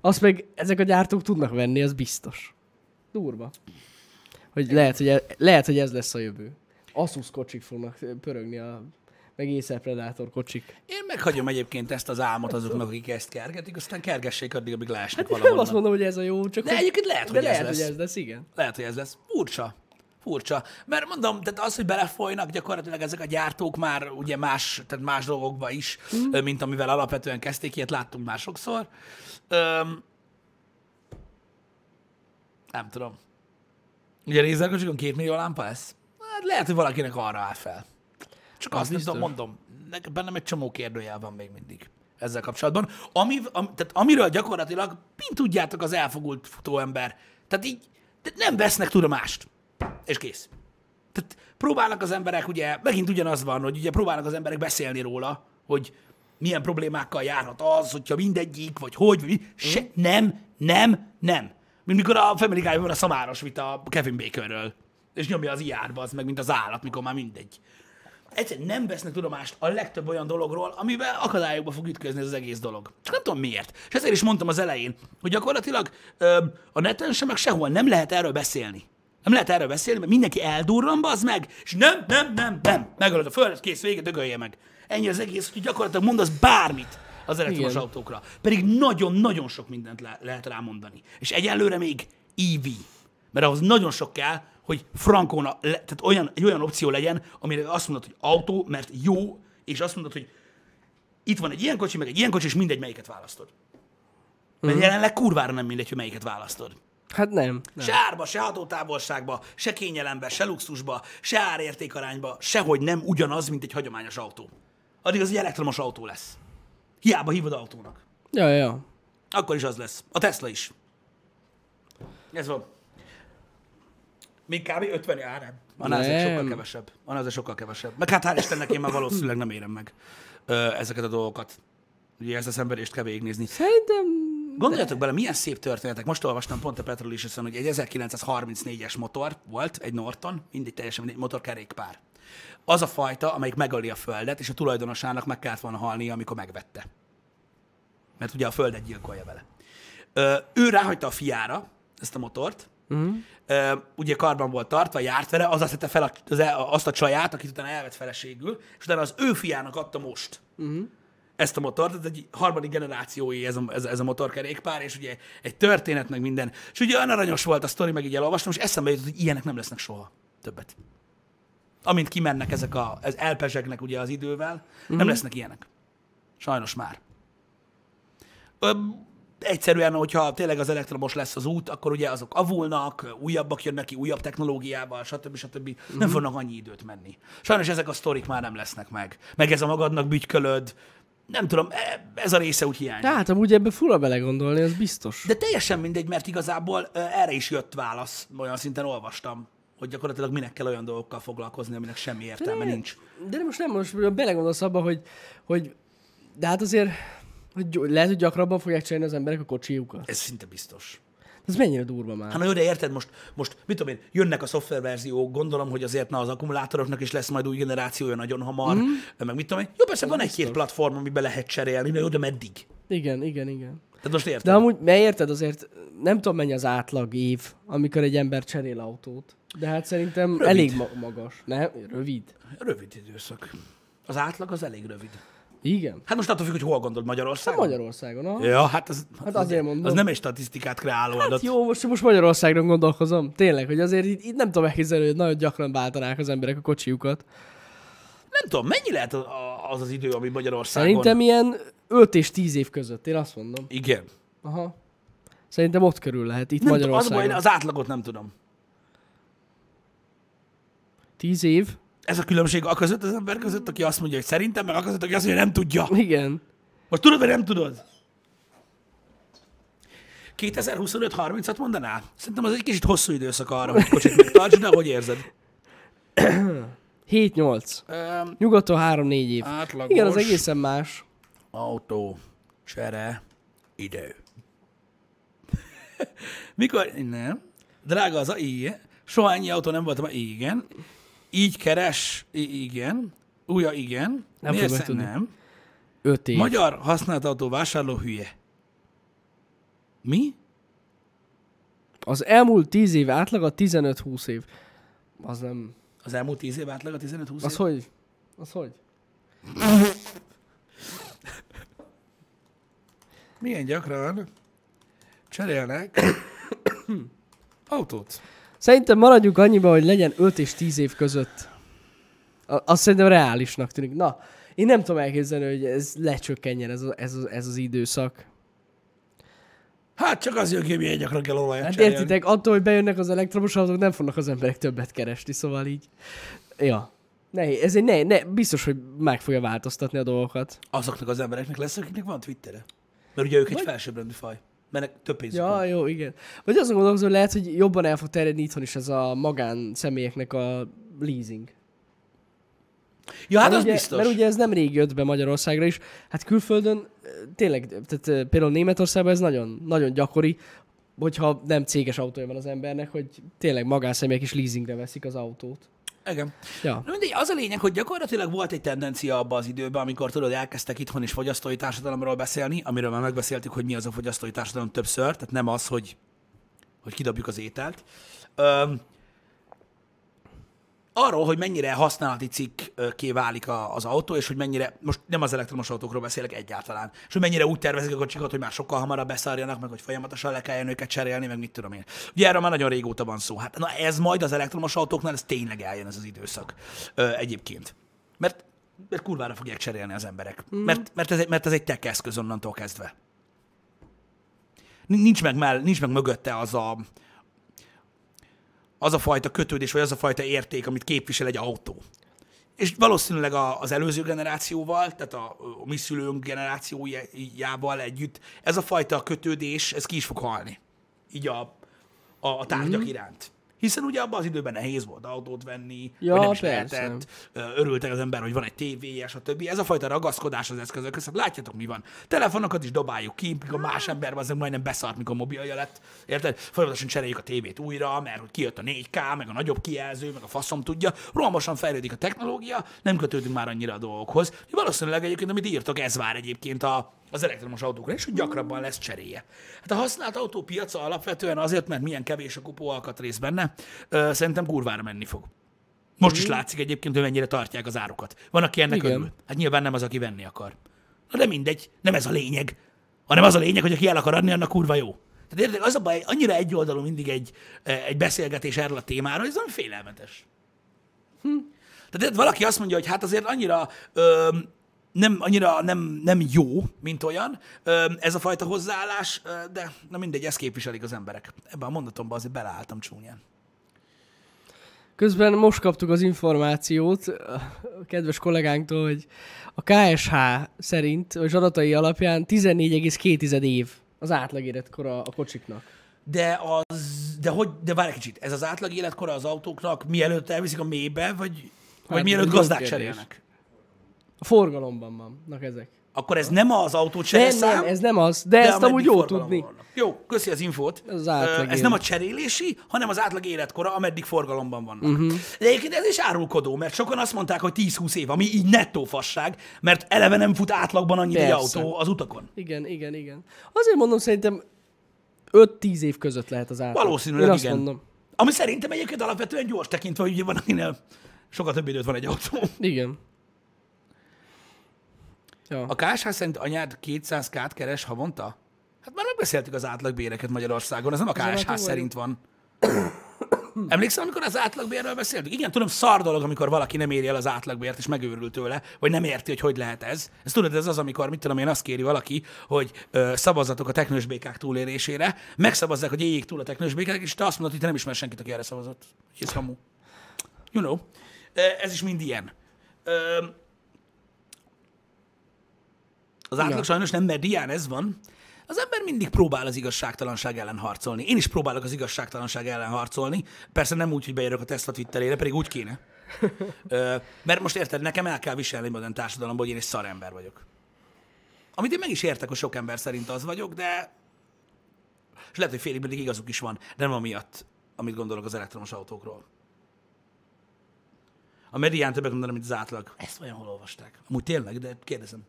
Azt meg ezek a gyártók tudnak venni, az biztos. Durva. Hogy lehet, hogy, e, lehet, hogy ez lesz a jövő. Asus kocsik fognak pörögni a meg Acer Predator kocsik. Én meghagyom egyébként ezt az álmot azoknak, akik ezt kergetik, aztán kergessék addig, amíg leesnek hát Nem azt valahol. mondom, hogy ez a jó, csak De egyébként lehet, de hogy ez lehet, lesz. hogy ez lesz, igen. Lehet, hogy ez lesz. Furcsa. Furcsa. Mert mondom, tehát az, hogy belefolynak gyakorlatilag ezek a gyártók már ugye más, tehát más dolgokba is, mm. mint amivel alapvetően kezdték, ilyet láttunk már sokszor. Öm, nem tudom. Ugye rézerkocsikon két millió lámpa lesz? Hát lehet, hogy valakinek arra áll fel. Csak azt nem tudom, mondom, nekem bennem egy csomó kérdőjel van még mindig ezzel kapcsolatban. Ami, am, tehát amiről gyakorlatilag, mint tudjátok, az elfogult futóember. Tehát így tehát nem vesznek tudomást. És kész. Tehát próbálnak az emberek, ugye, megint ugyanaz van, hogy ugye próbálnak az emberek beszélni róla, hogy milyen problémákkal járhat az, hogyha mindegyik, vagy hogy, vagy mi. Se, nem, nem, nem. Mint mikor a Family Guy-ban van a szamáros vita Kevin Baconről, és nyomja az iárba, az meg mint az állat, mikor már mindegy egyszerűen nem vesznek tudomást a legtöbb olyan dologról, amivel akadályokba fog ütközni ez az egész dolog. Csak nem tudom miért. És ezért is mondtam az elején, hogy gyakorlatilag ö, a neten sem, meg sehol nem lehet erről beszélni. Nem lehet erről beszélni, mert mindenki eldurran, bazd meg, és nem, nem, nem, nem. Megölöd a földet, kész, vége, dögölje meg. Ennyi az egész, hogy gyakorlatilag mondasz bármit az elektromos Igen. autókra. Pedig nagyon-nagyon sok mindent le- lehet rámondani. És egyelőre még EV. Mert ahhoz nagyon sok kell, hogy frankon, a- le- tehát olyan, egy olyan opció legyen, amire azt mondod, hogy autó, mert jó, és azt mondod, hogy itt van egy ilyen kocsi, meg egy ilyen kocsi, és mindegy, melyiket választod. Mert jelenleg kurvára nem mindegy, hogy melyiket választod. Hát nem. nem. Se árba, se hatótávolságba, se kényelembe, se luxusba, se árértékarányba, sehogy nem ugyanaz, mint egy hagyományos autó. Addig az egy elektromos autó lesz. Hiába hívod autónak. Ja, ja. Akkor is az lesz. A Tesla is. Ez van. Még kb. 50 jár nem. Van az egy Nem. sokkal kevesebb. Van az egy sokkal kevesebb. Meg hát hál' Istennek én már valószínűleg nem érem meg ö, ezeket a dolgokat. Ugye ezt a szenvedést kell végignézni. Szerintem Gondoljatok bele, milyen szép történetek. Most olvastam pont a Petrol is, hogy egy 1934-es motor volt, egy Norton, mindig teljesen mindegy, motorkerékpár. Az a fajta, amelyik megöli a földet, és a tulajdonosának meg kellett volna halnia, amikor megvette. Mert ugye a földet gyilkolja vele. Ö, ő ráhagyta a fiára ezt a motort, uh-huh. Ö, ugye karban volt tartva, járt vele, az azt vette fel a, az, e- azt a csaját, akit utána elvett feleségül, és utána az ő fiának adta most ezt a motort, ez egy harmadik generációi ez a, ez, ez a motorkerékpár, és ugye egy történet, meg minden. És ugye olyan aranyos volt a sztori, meg így elolvastam, és eszembe jutott, hogy ilyenek nem lesznek soha többet. Amint kimennek ezek a, ez elpezsegnek ugye az idővel, mm-hmm. nem lesznek ilyenek. Sajnos már. Ö, egyszerűen, hogyha tényleg az elektromos lesz az út, akkor ugye azok avulnak, újabbak jönnek ki, újabb technológiával, stb. stb. Uh-huh. Nem fognak annyi időt menni. Sajnos ezek a sztorik már nem lesznek meg. Meg ez a magadnak bütykölöd, nem tudom, e- ez a része úgy hiányzik. Tehát amúgy ebbe fura belegondolni, az biztos. De teljesen mindegy, mert igazából ö, erre is jött válasz, olyan szinten olvastam, hogy gyakorlatilag minek kell olyan dolgokkal foglalkozni, aminek semmi értelme nincs. De nem most nem most belegondolsz abba, hogy, hogy de hát azért hogy gy- lehet, hogy gyakrabban fogják csinálni az emberek a kocsijukat. Ez szinte biztos. Ez mennyire durva már. Hát na jó, de érted, most, most mit tudom én, jönnek a szoftververziók, gondolom, hogy azért na az akkumulátoroknak is lesz majd új generációja nagyon hamar, Mhm. mm. meg mit tudom én. Jó, persze van egy-két platform, amiben lehet cserélni, de jó, de meddig? Igen, igen, igen. Tehát most érted? De amúgy, mert érted azért, nem tudom mennyi az átlag év, amikor egy ember cserél autót. De hát szerintem rövid. elég ma- magas. Nem? Rövid. Rövid időszak. Az átlag az elég rövid. Igen. Hát most attól függ, hogy hol gondolod Hát Magyarországon? Magyarországon, aha. Ja, hát az, Hát azért mondom. az nem egy statisztikát kreáló hát adat. Jó, most, most Magyarországon gondolkozom. Tényleg, hogy azért itt, itt nem tudom elképzelni, hogy nagyon gyakran váltanák az emberek a kocsiukat. Nem tudom, mennyi lehet az az, az idő, ami Magyarországon? Szerintem ilyen 5 és 10 év között, én azt mondom. Igen. Aha. Szerintem ott körül lehet, itt Nem tudom, az, Magyarországon. baj, az átlagot nem tudom. 10 év? Ez a különbség a között az ember között, aki azt mondja, hogy szerintem, meg a között, aki azt mondja, hogy nem tudja. Igen. Most tudod, vagy nem tudod? 2025-30-at mondanál? Szerintem az egy kicsit hosszú időszak arra, hogy kocsit megtartsd, de hogy érzed? 7-8. Um, Nyugaton 3-4 év. átlagos Igen, az egészen más. autó, csere, idő. Mikor? Nem. Drága az a igen. Soha ennyi autó nem voltam. Igen. Így keres. I- igen. Újja, igen. Nem Miért fogod szer- tudni. Nem. 5 év. Magyar használt autó vásárló hülye. Mi? Az elmúlt 10 év átlaga 15-20 év. Az nem... Az elmúlt 10 év átlag a 15-20 Az év? hogy? Az hogy? Milyen gyakran cserélnek autót? Szerintem maradjunk annyiba, hogy legyen 5 és 10 év között. A- Azt szerintem reálisnak tűnik. Na, én nem tudom elképzelni, hogy ez lecsökkenjen ez, a, ez, az, ez az időszak. Hát csak az jön ki, hogy milyen gyakran kell olajat Hát cserélni. értitek, attól, hogy bejönnek az elektromos autók, nem fognak az emberek többet keresni, szóval így. Ja. Ne, ez egy ne, ne, biztos, hogy meg fogja változtatni a dolgokat. Azoknak az embereknek lesz, akiknek van Twittere. Mert ugye ők egy felsőbbrendű faj. Mert nek- több pénzük Ja, van. jó, igen. Vagy azon gondolkozom, hogy lehet, hogy jobban el fog terjedni itthon is ez a magán személyeknek a leasing. Ja, hát Mert az ugye, biztos. Mert ugye ez nem rég jött be Magyarországra is. Hát külföldön ö, tényleg, tehát ö, például Németországban ez nagyon, nagyon gyakori, hogyha nem céges autója van az embernek, hogy tényleg magánszemélyek is leasingre veszik az autót. Igen. Ja. Na mindegy, az a lényeg, hogy gyakorlatilag volt egy tendencia abban az időben, amikor tudod, elkezdtek itthon is fogyasztói társadalomról beszélni, amiről már megbeszéltük, hogy mi az a fogyasztói társadalom többször, tehát nem az, hogy, hogy kidobjuk az ételt. Öm, arról, hogy mennyire használati cikké válik a, az autó, és hogy mennyire, most nem az elektromos autókról beszélek egyáltalán, és hogy mennyire úgy tervezik a kocsikat, hogy már sokkal hamarabb beszarjanak, meg hogy folyamatosan le kelljen őket cserélni, meg mit tudom én. Ugye erről már nagyon régóta van szó. Hát na ez majd az elektromos autóknál, ez tényleg eljön ez az időszak ö, egyébként. Mert, mert kurvára fogják cserélni az emberek. Mm. Mert, mert, ez, egy- mert ez egy tech eszköz onnantól kezdve. Ni- Nincs meg, mell, nincs meg mögötte az a, az a fajta kötődés, vagy az a fajta érték, amit képvisel egy autó. És valószínűleg a, az előző generációval, tehát a, a mi szülőnk generációjával együtt, ez a fajta kötődés, ez ki is fog halni. Így a, a, a Mhm. tárgyak mm. iránt. Hiszen ugye abban az időben nehéz volt autót venni, Ja, vagy nem is persze. lehetett, ö, örültek az ember, hogy van egy tévéje, stb. Ez a fajta ragaszkodás az eszközökhöz, hát látjátok mi van. Telefonokat is dobáljuk ki, mikor más ember az majdnem beszart, mikor mobilja lett. Érted? Folyamatosan cseréljük a tévét újra, mert hogy kijött a 4K, meg a nagyobb kijelző, meg a faszom tudja. Rohamosan fejlődik a technológia, nem kötődünk már annyira a dolgokhoz. Valószínűleg egyébként, amit írtok, ez vár egyébként a, az elektromos autókra is, hogy gyakrabban lesz cseréje. Hát a használt autópiaca alapvetően azért, mert milyen kevés a kupó alkatrész benne, ö, szerintem kurvára menni fog. Most is látszik egyébként, hogy mennyire tartják az árukat. Van, aki ennek Igen. Igen. örül. Hát nyilván nem az, aki venni akar. Na de mindegy, nem ez a lényeg. Hanem az a lényeg, hogy aki el akar adni, annak kurva jó. Tehát érted, az a baj, annyira egyoldalú mindig egy, eh, egy beszélgetés erről a témáról, hogy ez olyan félelmetes. Tehát érted, valaki azt mondja, hogy hát azért annyira öm, nem, annyira nem, nem jó, mint olyan öm, ez a fajta hozzáállás, ö, de na mindegy, ezt képviselik az emberek. Ebben a mondatomban azért beleálltam csúnyán. Közben most kaptuk az információt a kedves kollégánktól, hogy a KSH szerint, az adatai alapján 14,2 év az átlag életkora a kocsiknak. De az, de hogy, de várj egy kicsit, ez az átlag életkora az autóknak mielőtt elviszik a mélybe, vagy, hát, vagy mielőtt jó gazdák kérdés. cserélnek? A forgalomban vannak ezek. Akkor ez nem az autó Nem, nem, csereszám, ez nem az, de, de ezt amúgy jó tudni. Vannak. Jó, köszi az infót. Ez az Ö, átlag ez élet. nem a cserélési, hanem az átlag életkora, ameddig forgalomban vannak. Mhm. Uh-huh. De egyébként ez is árulkodó, mert sokan azt mondták, hogy 10-20 év, ami így nettó fasság, mert eleve nem fut átlagban annyit egy Persze. autó az utakon. Igen, igen, igen. Azért mondom, szerintem 5-10 év között lehet az átlag. Valószínűleg Én azt igen. mondom. Ami szerintem egyébként alapvetően gyors tekintve, hogy ugye van, akinél sokkal több időt van egy autó. Igen. Ja. A KSH szerint anyád 200 k keres havonta? Hát már megbeszéltük az átlagbéreket Magyarországon, ez nem a már KSH túl szerint van. Emlékszel, amikor az átlagbérről beszéltük? Igen, tudom, szar dolog, amikor valaki nem éri el az átlagbért, és megőrül tőle, vagy nem érti, hogy hogy lehet ez. Ez tudod, ez az, amikor, mit tudom én, azt kéri valaki, hogy ö, szavazzatok a teknős békák túlélésére, megszavazzák, hogy éljék túl a teknős békák, és te azt mondod, hogy te nem ismer senkit, aki erre szavazott. Ez hamu. You know. Ö, Ez is mind ilyen. Ö, az átlag Ja. sajnos nem medián, ez van. Az ember mindig próbál az igazságtalanság ellen harcolni. Én is próbálok az igazságtalanság ellen harcolni. Persze nem úgy, hogy beírok a Tesla Twitterére, pedig úgy kéne. Ö, mert most érted, nekem el kell viselni modern társadalomban, hogy én egy szarember vagyok. Amit én meg is értek, hogy sok ember szerint az vagyok, de... És lehet, hogy félig pedig igazuk is van, de nem amiatt, amit gondolok az elektromos autókról. A medián többet mondanám, mint az átlag. Ezt vajon hol olvasták? Amúgy tényleg, de kérdezem.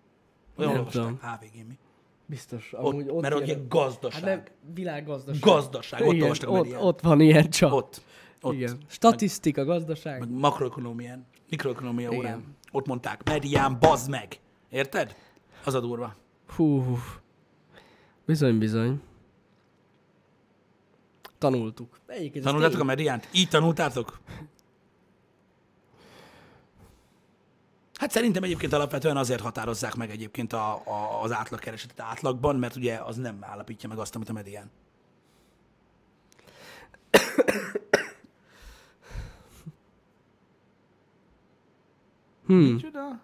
Olyan Nem olvasták? tudom. HVG mi? Biztos, Ott, amúgy ott mert ott ilyen- ilyen gazdaság. Hát nem, világgazdaság. Gazdaság, ott Igen, olvastak a ott, medián. ott van ilyen csak. Ott. ott. Igen. Statisztika, gazdaság. Meg makroökonomián, mikroökonomia Igen. órán. Ott mondták, medián, bazd meg. Érted? Az a durva. Hú. Bizony, bizony. Tanultuk. Egyébként ez Tanultátok a tény. mediánt? Így tanultátok? Hát szerintem egyébként alapvetően azért határozzák meg egyébként a, a, az átlagkeresetet átlagban, mert ugye az nem állapítja meg azt, amit a medián. Hmm. Csoda.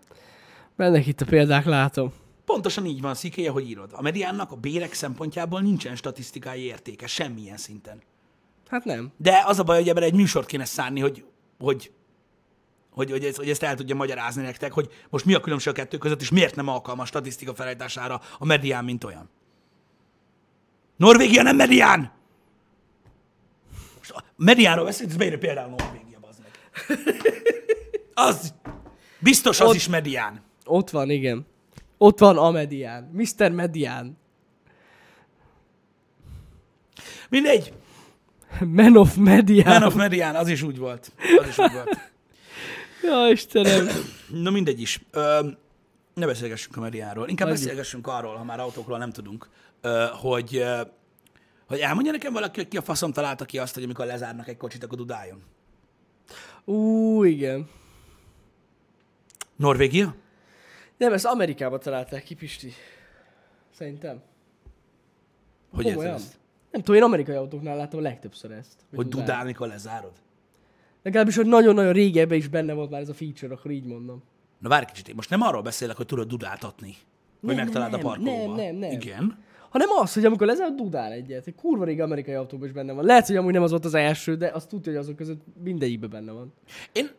Mennek itt a példák, látom. Pontosan így van, Szikéje, hogy írod. A mediánnak a bérek szempontjából nincsen statisztikai értéke, semmilyen szinten. Hát nem. De az a baj, hogy ebben egy műsort kéne szánni, hogy, hogy, hogy, hogy, ezt, hogy ezt el tudja magyarázni nektek, hogy most mi a különbség a kettő között, és miért nem alkalmas statisztika felállítására a medián, mint olyan. Norvégia nem medián! Most a mediánról beszélünk, ez beírja például Norvégia, bazd meg. Az, biztos az Ott- is medián. Ott van, igen. Ott van a medián. Mr. Medián. Mindegy, Man of Medián. Man of Medián, az is úgy volt. Az is úgy volt. Ja, Istenem. Na mindegy is. Ö, ne beszélgessünk a Meriáról. Inkább Hagyjuk. beszélgessünk arról, ha már autókról nem tudunk, ö, hogy, ö, hogy elmondja nekem valaki, hogy ki a faszom találta ki azt, hogy amikor lezárnak egy kocsit, akkor dudáljon. Ú, igen. Norvégia? Nem, ezt Amerikában találták ki, Pisti. Szerintem. Hogy Komolyan? érted ezt? Nem tudom, én amerikai autóknál láttam a legtöbbször ezt. Hogy dudál. dudál, mikor lezárod? Legalábbis, hogy nagyon-nagyon régebben is benne volt már ez a feature, akkor így mondom. Na várj kicsit, én most nem arról beszélek, hogy tudod dudáltatni. Hogy Nem, megtaláld a nem, parkolóba. nem, nem, nem. Igen. Hanem az, hogy amikor lezel, dudál egyet. Egy kurva régi amerikai autóban is benne van. Lehet, hogy amúgy nem az volt az első, de azt tudja, hogy azok között mindegyikben benne van. Én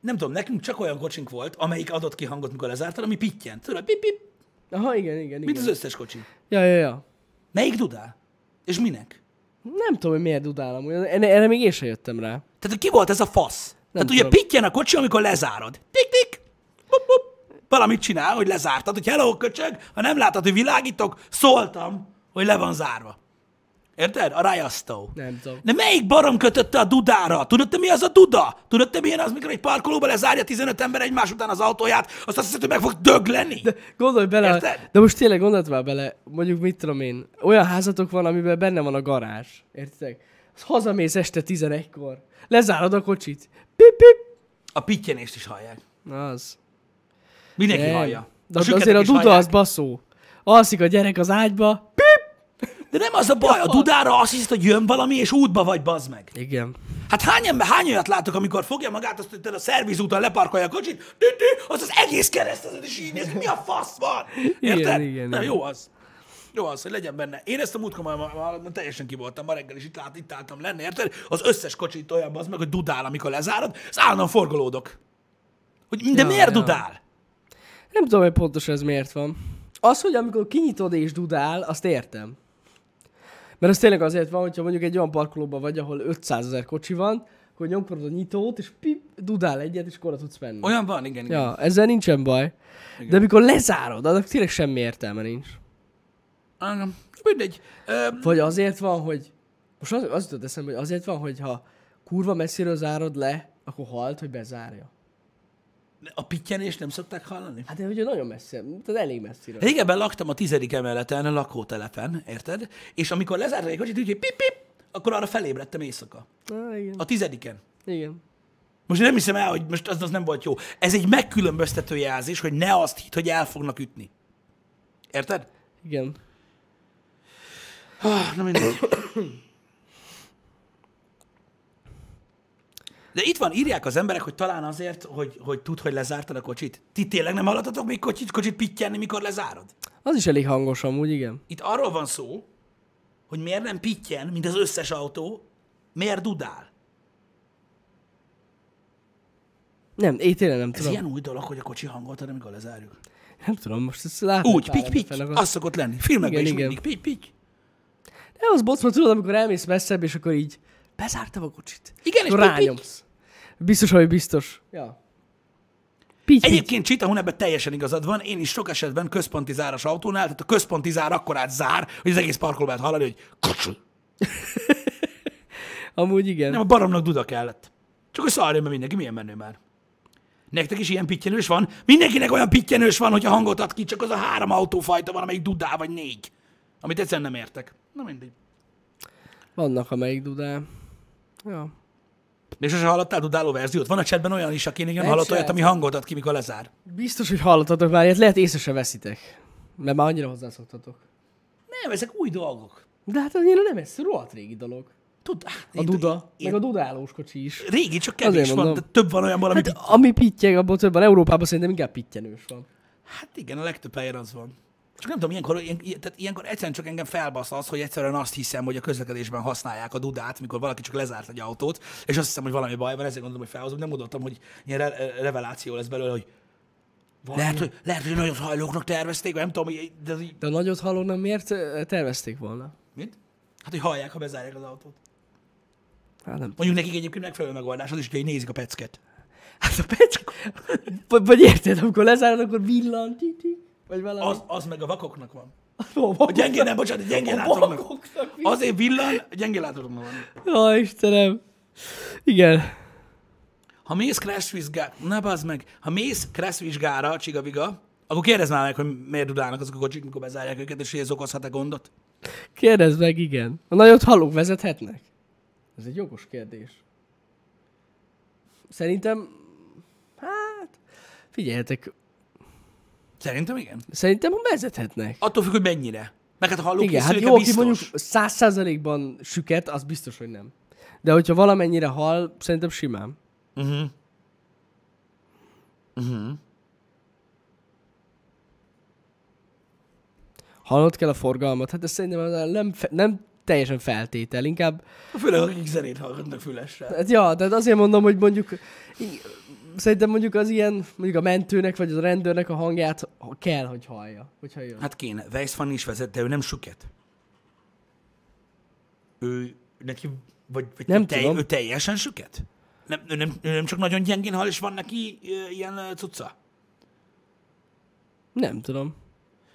nem tudom, nekünk csak olyan kocsink volt, amelyik adott ki hangot, mikor lezártad, ami pittyent. Tudod, pip, pip, Aha, igen, igen, mint igen. az összes kocsi. Ja, ja, ja. Melyik dudál? És minek? Nem tudom, hogy miért dudálom. Ugyan, erre még én sem jöttem rá. Tehát hogy ki volt ez a fasz? Nem Nem Tehát ugye tudom. pittyen a kocsi, amikor lezárod. Tik-tik! Valamit csinál, hogy lezártad, hogy hello, köcsög, ha nem látod, hogy világítok, szóltam, hogy le van zárva. Érted? A rajasztó. Nem tudom. De melyik barom kötötte a dudára? Tudod te mi az a duda? Tudod te milyen az, mikor egy parkolóba lezárja 15 ember egymás után az autóját, azt azt hiszed, hogy meg fog dögleni? De... Gondolj bele, Érted? de most tényleg gondolj már bele, mondjuk mit tudom én, olyan házatok van, amiben benne van a garázs, értitek? Az hazamész este 11-kor, lezárod a kocsit, pip, pip, A pittyenést is hallják. Na az. Mindenki Nem. hallja. De, de süketek azért a is duda hallják. az baszó. Alszik a gyerek az ágyba, De nem az a baj, a dudára azt hiszed, hogy jön valami, és útba vagy, bazd meg. Igen. Hát hány, ember, hány olyat látok, amikor fogja magát, azt hogy a szerviz úton leparkolja a kocsit, tü-tü, az az egész kereszt, az is így néz, ki, mi a fasz van? Érted? Igen, igen, Nem, igen. jó az. Jó az, hogy legyen benne. Én ezt a múltkor már, már, már teljesen kivoltam, ma reggel is itt, lát, itt álltam lenni, érted? Az összes kocsit olyan az meg, hogy dudál, amikor lezárod, az állandóan forgolódok. Hogy minden Ja, miért ja. dudál? Nem tudom, hogy pontosan ez miért van. Az, hogy amikor kinyitod és dudál, azt értem. Mert az tényleg azért van, hogyha mondjuk egy olyan parkolóban vagy, ahol 500 ezer kocsi van, hogy nyomkodod a nyitót, és pip, dudál egyet, és akkor oda tudsz menni. Olyan van, igen, igen. Ja, ezzel nincsen baj. Igen. De amikor lezárod, annak tényleg semmi értelme nincs. Ja. Mindegy. Ö, Vagy azért van, hogy... Most az, az jutott eszembe, hogy azért van, hogy ha kurva messziről zárod le, akkor halt, hogy bezárja. a pittyenést nem szokták hallani? Hát de ugye nagyon messze, tehát elég messziről. Régebben laktam a tizedik emeleten, a lakótelepen, érted? És amikor lezárták egy kocsit, úgy, hogy pip-pip, akkor arra felébredtem éjszaka. Á, igen. A tizediken. igen. Most én nem hiszem el, hogy most az, az nem volt jó. Ez egy megkülönböztető jelzés, hogy ne azt hitt, hogy el fognak ütni. Érted? Igen. Ah, Na mindegy. De itt van, írják az emberek, hogy talán azért, hogy, hogy tud, hogy lezártad a kocsit. Ti tényleg nem hallottatok még kocsit, kocsit pittyelni, mikor lezárod? Az is elég hangos amúgy, igen. Itt arról van szó, hogy miért nem pittyen, mint az összes autó, miért dudál. Nem, én tényleg nem tudom. Ez Hát, Ilyen... ilyen új dolog, hogy a kocsi hangot ad, amikor lezárjuk. Nem tudom, most ezt látom. Úgy, pitty pitty, az szokott lenni. Filmekben Igen, is igen. mindig pitty pitty. Nem, az bocs, mert tudod, amikor elmész messzebb, és akkor így bezártam a kocsit. Igen, és Akkor pitty, pitty. rányomsz. Biztos, hogy biztos. Ja. Pitty, pitty. Egyébként Csita Hun, ebben teljesen igazad van, én is sok esetben központi záras autónál, tehát a központi zár akkorát zár, hogy az egész parkolóbát hallani, hogy kocsi. Amúgy igen. Nem, a baromnak duda kellett. Csak hogy szarjon be mindenki, milyen menő már. Nektek is ilyen pittyenős van? Mindenkinek olyan pittyenős van, hogyha hangot ad ki, csak az a három autófajta van, amelyik dudál, vagy négy. Amit egyszerűen nem értek. Na mindegy. Vannak, amelyik dudál. Ja. Még sose hallottál dudáló verziót? Van a chatben olyan is, aki igen Persze. hallott olyat, ami hangot ad ki, mikor lezár. Biztos, hogy hallottatok már ilyet, lehet észre se veszitek. Mert már annyira hozzászoktatok. Nem, ezek új dolgok. De hát annyira nem ez, rohadt régi dolog. Tud, A duda, Én, meg a dudálós kocsi is. régi, csak Azért kevés van, de mondom. több van olyan valami. Hát ami pittyeg, abból többen Európában szerintem inkább pittyenős van. Hát igen, a legtöbb helyen az van. Csak nem tudom, ilyenkor, ilyen, ilyen- tehát ilyenkor egyszerűen csak engem felbasz az, hogy egyszerűen azt hiszem, hogy a közlekedésben használják a dudát, mikor valaki csak lezárt egy autót, és azt hiszem, hogy valami baj van, ezért gondolom, hogy felhozom. Nem gondoltam, hogy ilyen re- reveláció lesz belőle, hogy lehet, hogy, lehet, hogy nagyon hajlóknak tervezték, vagy nem tudom, hogy, de az így, De a nagyot hallónak miért eh, tervezték volna? mit? Hát, hogy hallják, ha bezárják az autót. Hát nem. Mondjuk nekik egyébként megfelelő megoldás az is, hogy nézik a pecket. Hát a pecsk... vagy, vagy érted, amikor lezárod, akkor villan, ti, ti, vagy valami. Az, az meg a vakoknak van. a vakok- A gyengén, nem, bocsánat, a gyengén a látóknak. vakoknak villan. Azért villan, a gyengén látóknak van. Ja, Istenem. Igen. Ha mész crash na bazd meg, ha mész crash vizsgára, csigaviga, akkor kérdezd már meg, hogy miért dudálnak azok a kocsik, mikor bezárják őket, és hogy ez okozhat-e gondot? Kérdezd meg, igen. A nagyot halók vezethetnek? Ez egy jogos kérdés. Szerintem, hát, figyeljetek, Szerintem igen. szerintem vezethetnek. Attól függ, hogy mennyire. Meg hát a halló Igen, hát jó, aki mondjuk száz százalékban süket, az biztos, hogy nem. De hogyha valamennyire hal, szerintem simán. Uh-huh. Halnod kell a forgalmat, hát ez szerintem az nem, fe- nem teljesen feltétel, inkább Főleg, akik zenét hallgatnak fülesre. Hát ja, tehát azért mondom, hogy mondjuk í- szerintem mondjuk az ilyen, mondjuk a mentőnek vagy a rendőrnek a hangját ha- kell, hogy hallja, hogyha jön. Hát, Hát kéne. Weiss van is vezet, de ő nem süket. Ő neki, vagy, vagy Nem ő telj- tudom. ő teljesen süket? Nem, ő, nem, ő nem csak nagyon gyengén hal, és van neki ö, ilyen ö, cucca? nem tudom.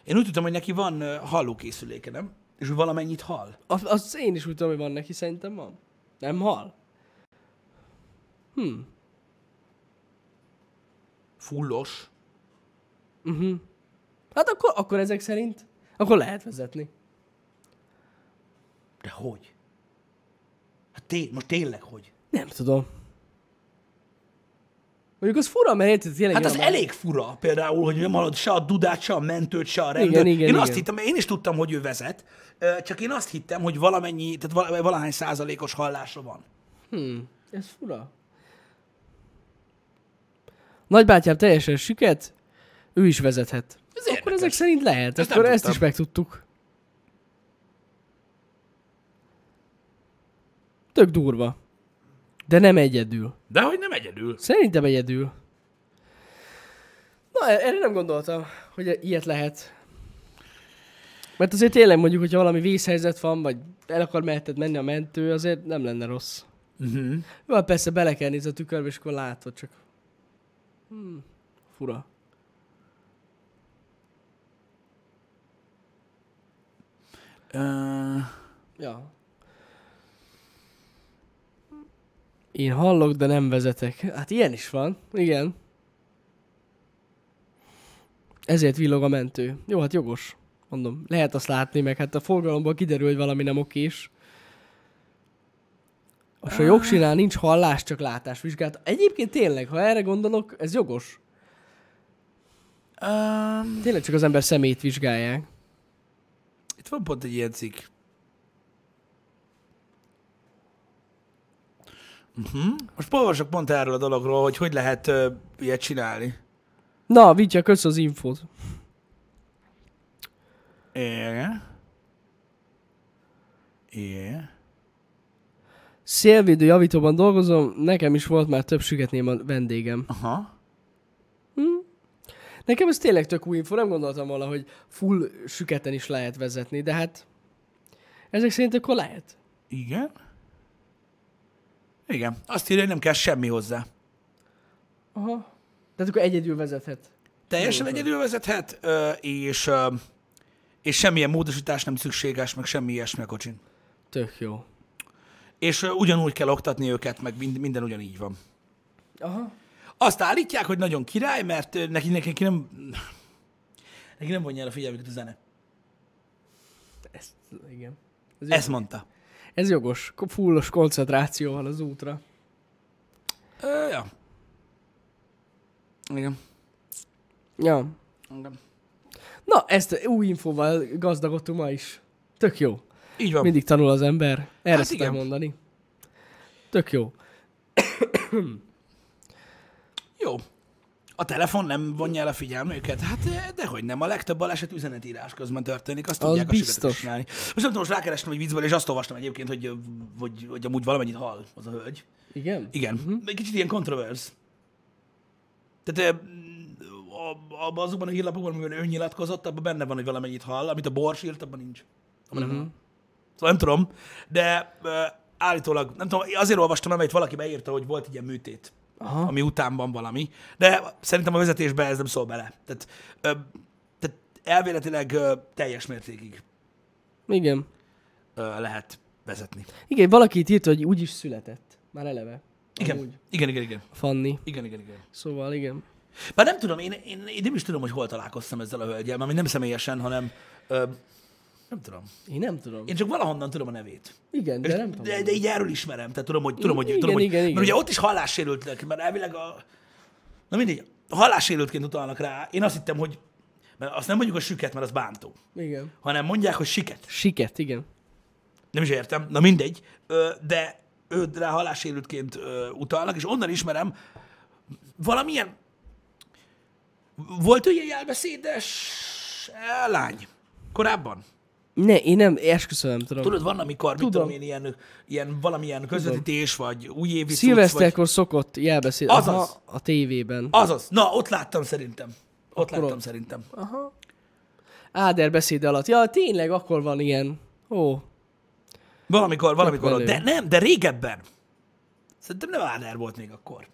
Én úgy tudom, hogy neki van ö, hallókészüléke, nem? És ő valamennyit hall. Az, az én is úgy tudom, hogy van neki, szerintem van. Nem hal? Fullos. Hát akkor, akkor ezek szerint, akkor lehet vezetni. De hogy? Hát té- most tényleg hogy? Nem tudom. Mondjuk az fura, mert érted, tényleg Hát jön az a men- elég fura például, hogy nem hallod se a dudát, se a mentőt, se a rendőrt. igen, én azt igen. hittem, én is tudtam, hogy ő vezet, ö, csak én azt hittem, hogy valamennyi, tehát vala- valahány százalékos hallása van. Ez fura. Nagybátyám teljesen süket, ő is vezethet. Ez Akkor érdekes. ezek szerint lehet, Ezt ezt nem akkor ezt tudtam. is megtudtuk. Tök durva. De nem egyedül. De hogy nem egyedül. Szerintem egyedül. Na e- erre nem gondoltam, hogy e- ilyet lehet. Mert azért tényleg mondjuk, hogyha valami vészhelyzet van, vagy el akar meheted menni a mentő, azért nem lenne rossz. Uh-huh. Jó, hát persze bele kell nézni a tükörbe, és akkor látod, csak... Hmm, fura. Uh, Ja. Én hallok, de nem vezetek. Hát ilyen is van. Igen. Ezért villog a mentő. Jó, hát jogos. Mondom, lehet azt látni, meg hát a forgalomból kiderül, hogy valami nem okés. Most a jogsinál nincs hallás, csak látásvizsgálat. Egyébként tényleg, ha erre gondolok, ez jogos. uh, Tényleg csak az ember szemét vizsgálják. itt van pont egy ilyen cikk. Uh-huh. Most olvasok pont erről a dologról, hogy hogy lehet uh, ilyet csinálni. Na, Vitya, kösz az infót. Igen. Igen. Szélvédő javítóban dolgozom, nekem is volt már több sügetném a vendégem. Aha. Nekem ez tényleg tök új info, nem gondoltam volna, hogy full süketen is lehet vezetni, de hát ezek szerint akkor lehet. Igen. Igen. Azt írja, hogy nem kell semmi hozzá. Aha. Tehát akkor egyedül vezethet. Teljesen egyedül vezethet, ö, és, ö, és semmilyen módosítás nem szükséges, meg semmi ilyesmi a kocsin. Tök jó. És ö, ugyanúgy kell oktatni őket, meg mind- minden ugyanígy van. Aha. Azt állítják, hogy nagyon király, mert ö, neki, neki, neki nem... Neki nem vonja el a figyelmüket a zene. Ez, igen. Ez, jogos. Ezt mondta. ez jogos. Ko- Fullos koncentrációval az útra. Ö, ja. Igen. Ja. Igen. Na, ezt új infóval gazdagodtunk ma is. Tök jó. Így van. Mindig tanul az ember. Erre Hát hát szokták igen. mondani. Tök jó. Jó. A telefon nem vonja el a figyelmüket? Hát eh, dehogy nem. A legtöbb baleset üzenetírás közben történik, azt Az tudják a biztos. sütetet csinálni. Most nem tudom, most rákerestem egy viccből, és azt olvastam egyébként, hogy, hogy, hogy amúgy valamennyit hall az a hölgy. Igen? Igen. Uh-huh. Egy kicsit ilyen kontroverz. Tehát eh, a- a- azokban a hírlapokban, amiben ő nyilatkozott, abban benne van, hogy valamennyit hall, amit a Bors írt, abban nincs. Abban uh-huh. nem van. Szóval nem tudom, de eh, állítólag, nem tudom, azért olvastam, mert valaki beírta, hogy volt egy ilyen műtét Aha. ami után van valami. De szerintem a vezetésbe ez nem szól bele. Tehát, ö, tehát elvéletileg ö, teljes mértékig Igen. ö, lehet vezetni. Igen, valaki itt írt, hogy úgy is született. Már eleve. Igen, Amúgy. igen, igen, igen. Fanni. Igen, igen, igen. Szóval igen. Bár nem tudom, én, én, én nem is tudom, hogy hol találkoztam ezzel a hölgyel, ami nem személyesen, hanem ö, nem tudom. Én nem tudom. Én csak valahonnan tudom a nevét. Igen, de És- nem tudom. de, de így erről ismerem, tehát tudom, hogy tudom, hogy, Igen, tudom, hogy igen, igen. mert ugye ott is hallássérültnek, mert elvileg a... Na mindegy, hallássérültként utalnak rá. Én azt hittem, hogy... Mert azt nem mondjuk, hogy süket, mert az bántó. Igen. hanem mondják, hogy siket. Siket, igen. Nem is értem, na mindegy, Ö, de őt rá halássérültként ö, utalnak, és onnan ismerem valamilyen... Volt ő ilyen jelbeszédes eh, lány korábban? Ne, én nem, esküszöm, nem tudom. Tudod, van, amikor, mit Tudom. tudom én, ilyen, ilyen valamilyen közvetítés, vagy újévi cucc, vagy... Szilveszterkor szokott jelbeszéd. Azaz. Aha, a tévében. Azaz, na, ott láttam szerintem. Ott Akkor láttam ott. szerintem. Áder beszéd alatt. Ja, tényleg akkor van ilyen. Ó, Valamikor, valamikor ott. menő. De nem, de régebben. Szerintem nem Áder volt még akkor.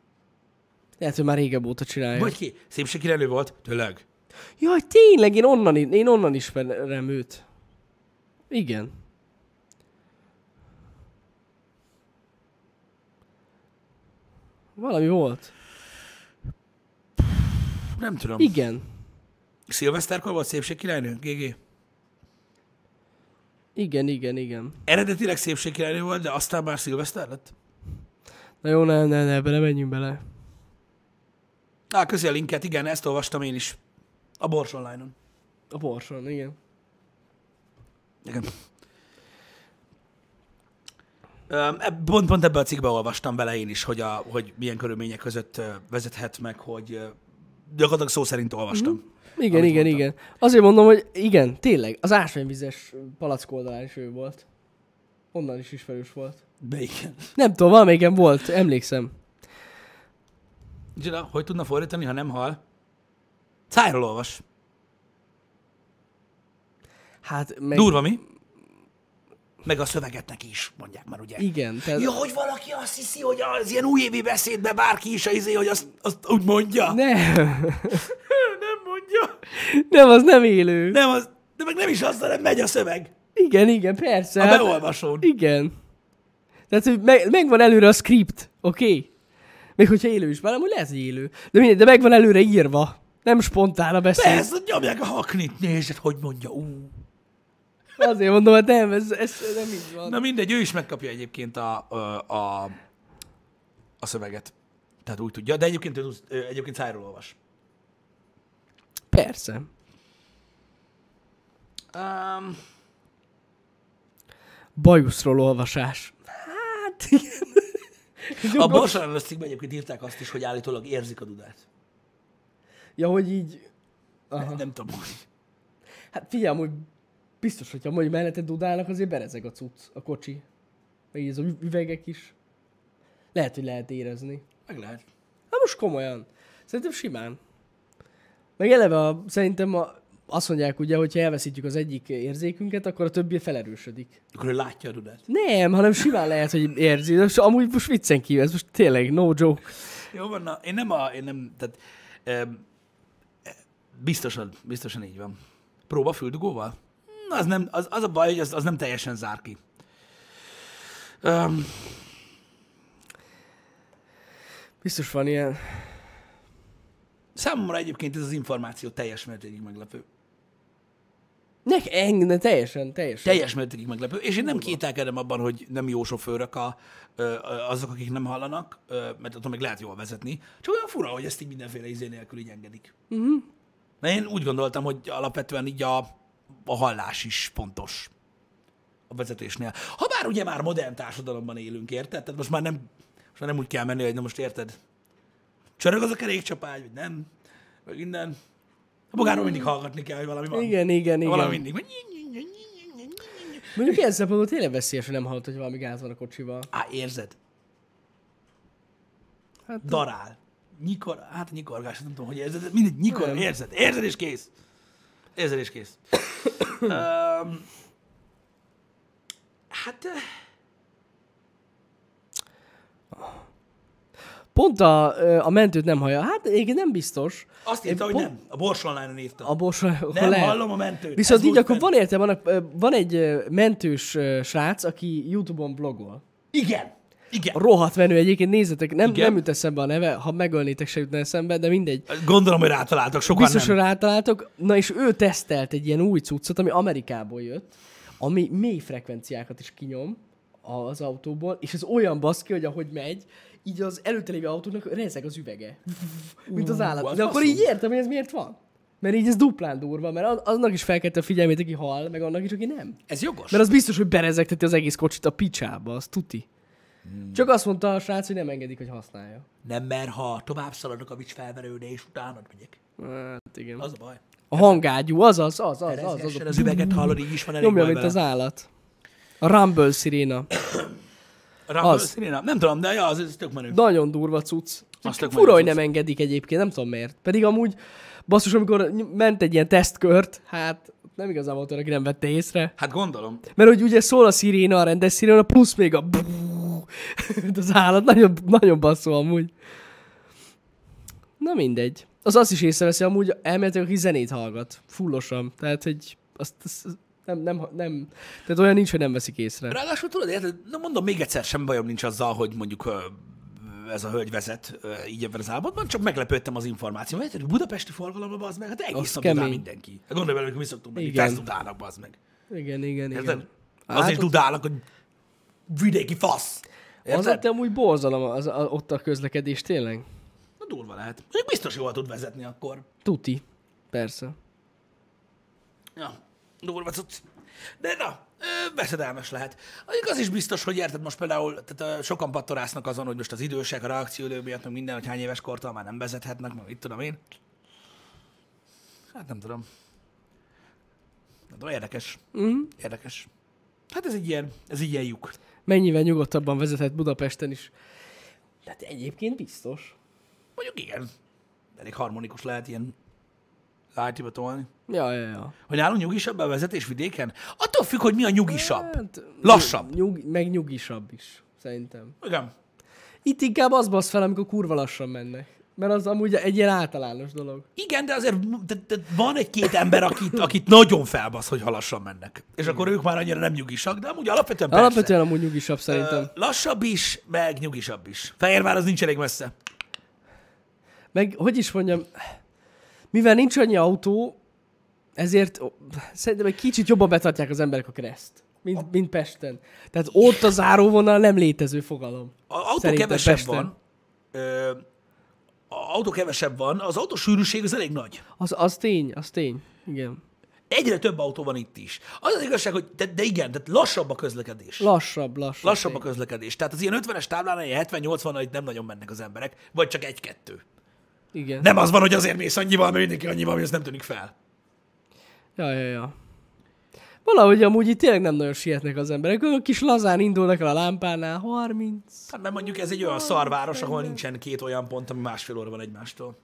lehet, hogy már régebb óta csinálja. Vagy ki? Szépségkirálynő volt? Tényleg. Jaj, tényleg, én onnan, i- én onnan ismerem őt. Igen. Valami volt. Nem tudom. Igen. Szilveszterkor volt szépségkirálynő? GG. Igen, igen, igen. Eredetileg szépségkirálynő volt, de aztán már szilveszter lett. Na jó, ne, ne, ne, ebbe ne menjünk bele. Á, közé a linket, igen, ezt olvastam én is. A Bors online-on. A borson, igen. Igen. Öm, eb- Pont, pont ebbe a cikkbe olvastam bele én is, hogy, a, hogy milyen körülmények között ö, vezethet meg, hogy ö, gyakorlatilag szó szerint olvastam. Igen, Amit igen, mondtam. igen. Azért mondom, hogy igen, tényleg, az ásványvizes palack oldalán is ő volt. Onnan is ismerős volt. De igen. Nem tudom, valamelyiken volt, emlékszem. Gina, hogy tudna fordítani, ha nem hal? Szájról olvas. Hát meg... Durva, mi? Meg a szöveget neki is mondják már, ugye? Igen, tehát... Ja, hogy valaki azt hiszi, hogy az ilyen újévi beszédben bárki is az, izé, hogy azt, azt úgy mondja. Ne. Nem. Nem mondja. nem, az nem élő. Nem, az, de meg nem is azt, hanem megy a szöveg. Igen, igen, persze. A hát- beolvasón. Igen. Tehát, hogy meg, megvan előre a script, oké? Okay? Még hogyha élő is, már amúgy lehet, hogy élő. De mindegy, de megvan előre írva. Nem spontán a beszéd. Persze, hogy nyomják a haknit, nézd, hogy mondja. Ú. Azért mondom, hogy nem, ez, ez nem így van. Na mindegy, ő is megkapja egyébként a, a, a, a szöveget. Tehát úgy tudja, de egyébként, ő tud- ő egyébként szájról olvas. Persze. Um, Bajuszról olvasás. Hát, igen. a Barcelona cikkben egyébként írták azt is, hogy állítólag érzik a dudát. Ja, hogy így... Aha. Nem tudom, hogy. Hát figyelj, hogy biztos, hogyha mondjuk mellette dudálnak, azért berezeg a cucc, a kocsi. Meg így ez a üv- üvegek is. Lehet, hogy lehet érezni. Meg lehet. Hát most komolyan. Szerintem simán. Meg eleve a, szerintem a, azt mondják ugye, hogyha elveszítjük az egyik érzékünket, akkor a többi felerősödik. Akkor ő látja a dudát. Nem, hanem simán lehet, hogy érzi. De most- amúgy most viccen kívül, ez most tényleg no joke. Jó van, na, én nem a, én nem, tehát em, e, biztosan, biztosan így van. Próba füldugóval? Na, Az, nem, az, az a baj, hogy az, az nem teljesen zár ki. Um, Biztos van ilyen. számomra egyébként ez az információ teljes mértékig meglepő. Nek engedne, teljesen, teljesen. Teljes mértékig meglepő, és én nem kételkedem abban, hogy nem jó sofőrök a, ö, ö, azok, akik nem hallanak, ö, mert attól még lehet jól vezetni. Csak olyan fura, hogy ezt így mindenféle izé nélkül így engedik. Uh-huh. Mhm. Mert én úgy gondoltam, hogy alapvetően így a, a hallás is pontos a vezetésnél. Habár ugye már modern társadalomban élünk, érted? Tehát most már nem, most már nem úgy kell menni, hogy na most érted, csörög az a kerékcsapágy, vagy nem, vagy minden. A bogáról mindig hallgatni kell, hogy valami van. Mm. Igen, igen, igen. Valami mindig. Mondjuk ilyen szempontból tényleg veszélyes, hogy nem hallott, hogy valami gáz van a kocsival. Á, érzed. Hát- Hát, Darál. Nyikor, hát nyikorgás, nem tudom, hogy érzed, de mindegy, nyikor, Nem. nem. érzed. Érzed és kész. Érzed és kész. um, hát, eh, Pont a, ö, a mentőt nem hallja. Hát igen, nem biztos. azt írta, Én hogy pont- nem. A borsolnányon írta. A borsó, nem hallom a mentőt. Viszont Ez így volt akkor benne. van értelme, annak, ö, van egy ö, mentős ö, srác, aki Youtube-on blogol. Igen. Igen. Rohadt menő egyébként, nézzetek, nem, Igen. nem jut eszembe a neve, ha megölnétek se jutna eszembe, de mindegy. Gondolom, hogy rátaláltak, sokan Biztos, nem. hogy rátaláltok. Na és ő tesztelt egy ilyen új cuccot, ami Amerikából jött, ami mély frekvenciákat is kinyom az autóból, és ez olyan baszki, hogy ahogy megy, így az előtte lévő autónak rezeg az üvege. Mint az állat. az De akkor faszom. így értem, hogy ez miért van. Mert így ez duplán durva, mert an- annak is felkelte a figyelmét, aki hal, meg annak is, aki nem. Ez jogos. Mert az biztos, hogy berezegteti az egész kocsit a picsába, az tuti. Hmm. Csak azt mondta a srác, hogy nem engedik, hogy használja. Nem, mert ha tovább szaladok a vics felverődés, utána megyek. Hát igen. Az a baj. A hangágyú, az az, az, az, az, az, Rezgessen az üveget hallod, így is van elég Nyomja, baj mint vele. az állat. A Rumble sziréna. Az. Az. Nem, nem tudom, de ja, az, az tök menő. Nagyon durva cucc. Azt tök Fura, menő hogy cucc. nem engedik egyébként, nem tudom miért. Pedig amúgy, basszus, amikor ny- ment egy ilyen tesztkört, hát nem igazán volt olyan, aki nem vette észre. Hát gondolom. Mert hogy ugye szól a sziréna, a rendes sziréna, plusz még a bú- mint az állat, nagyon, nagyon basszó amúgy. Na mindegy. Az azt is észreveszi amúgy, elméletileg aki zenét hallgat, fullosan. Tehát, hogy azt, azt nem, nem, nem, tehát olyan nincs, hogy nem veszik észre. Ráadásul tudod, érted, na mondom, még egyszer sem bajom nincs azzal, hogy mondjuk ö, ez a hölgy vezet ö, így ebben az állapotban, csak meglepődtem az információ. Érted, budapesti forgalomban az meg, hát egész Az nap dudál kemény. mindenki. Hát Gondolj bele, amikor mi szoktunk menni, Igen. persze dudálnak, bazd meg. Igen, igen, igen. Érted? Hát Azért ott- dudálnak, hogy vidéki fasz. Az Érted? ott amúgy borzalom az, a, ott a közlekedés, tényleg. Na durva lehet. Mondjuk biztos jól tud vezetni akkor. Tuti. Persze. Ja, durva cucc. De na, ö, veszedelmes lehet. Mondjuk Az is biztos, hogy érted most például, tehát ö, sokan pattorásznak azon, hogy most az idősek a reakcióidő miatt, meg minden, hogy hány éves kortól már nem vezethetnek, meg itt tudom én. Hát nem tudom. Nem tudom, érdekes. Mhm. Mm. Érdekes. Hát ez egy ilyen, ez egy ilyen lyuk. Mennyivel nyugodtabban vezethet Budapesten is. Tehát egyébként biztos. Mondjuk igen. Elég harmonikus lehet ilyen IT-ba tolni. Ja, ja, ja. Hogy nálunk nyugisabb a vezetés vidéken? Attól függ, hogy mi a nyugisabb. Hát, Lassabb. Nyug, meg nyugisabb is, szerintem. Igen. Itt inkább az basz fel, amikor kurva lassan mennek. Mert az amúgy egy ilyen általános dolog. Igen, de azért de, de van egy-két ember, akit, akit nagyon felbasz, hogy ha lassan mennek. És akkor ők már annyira nem nyugisak, de amúgy alapvetően persze. Alapvetően amúgy nyugisabb szerintem. Ö, Lassabb is, meg nyugisabb is. Fehérvár az nincs elég messze. Meg, hogy is mondjam, mivel nincs annyi autó, ezért ó, szerintem egy kicsit jobban betartják az emberek a kereszt, mint, mint Pesten. Tehát ott a záróvonal nem létező fogalom. A autó Szerintem kevesebb Pesten. van. Ö, a autó kevesebb van, az autó sűrűség az elég nagy. Az, az tény, az tény. Igen. Egyre több autó van itt is. Az az igazság, hogy de, de igen, tehát lassabb a közlekedés. Lassabb, lassabb. Lassabb a tény. közlekedés. Tehát az ilyen 50-es táblánál, ilyen 70-80-nal itt nem nagyon mennek az emberek, vagy csak egy-kettő. Igen. Nem az van, hogy azért mész annyival, mert mindenki annyival, hogy ez nem tűnik fel. Ja, ja, ja. Valahogy amúgy itt tényleg nem nagyon sietnek az emberek. Ők kis lazán indulnak el a lámpánál. 30. Hát mert mondjuk ez egy olyan szarváros, ahol nincsen két olyan pont, ami másfél óra van egymástól.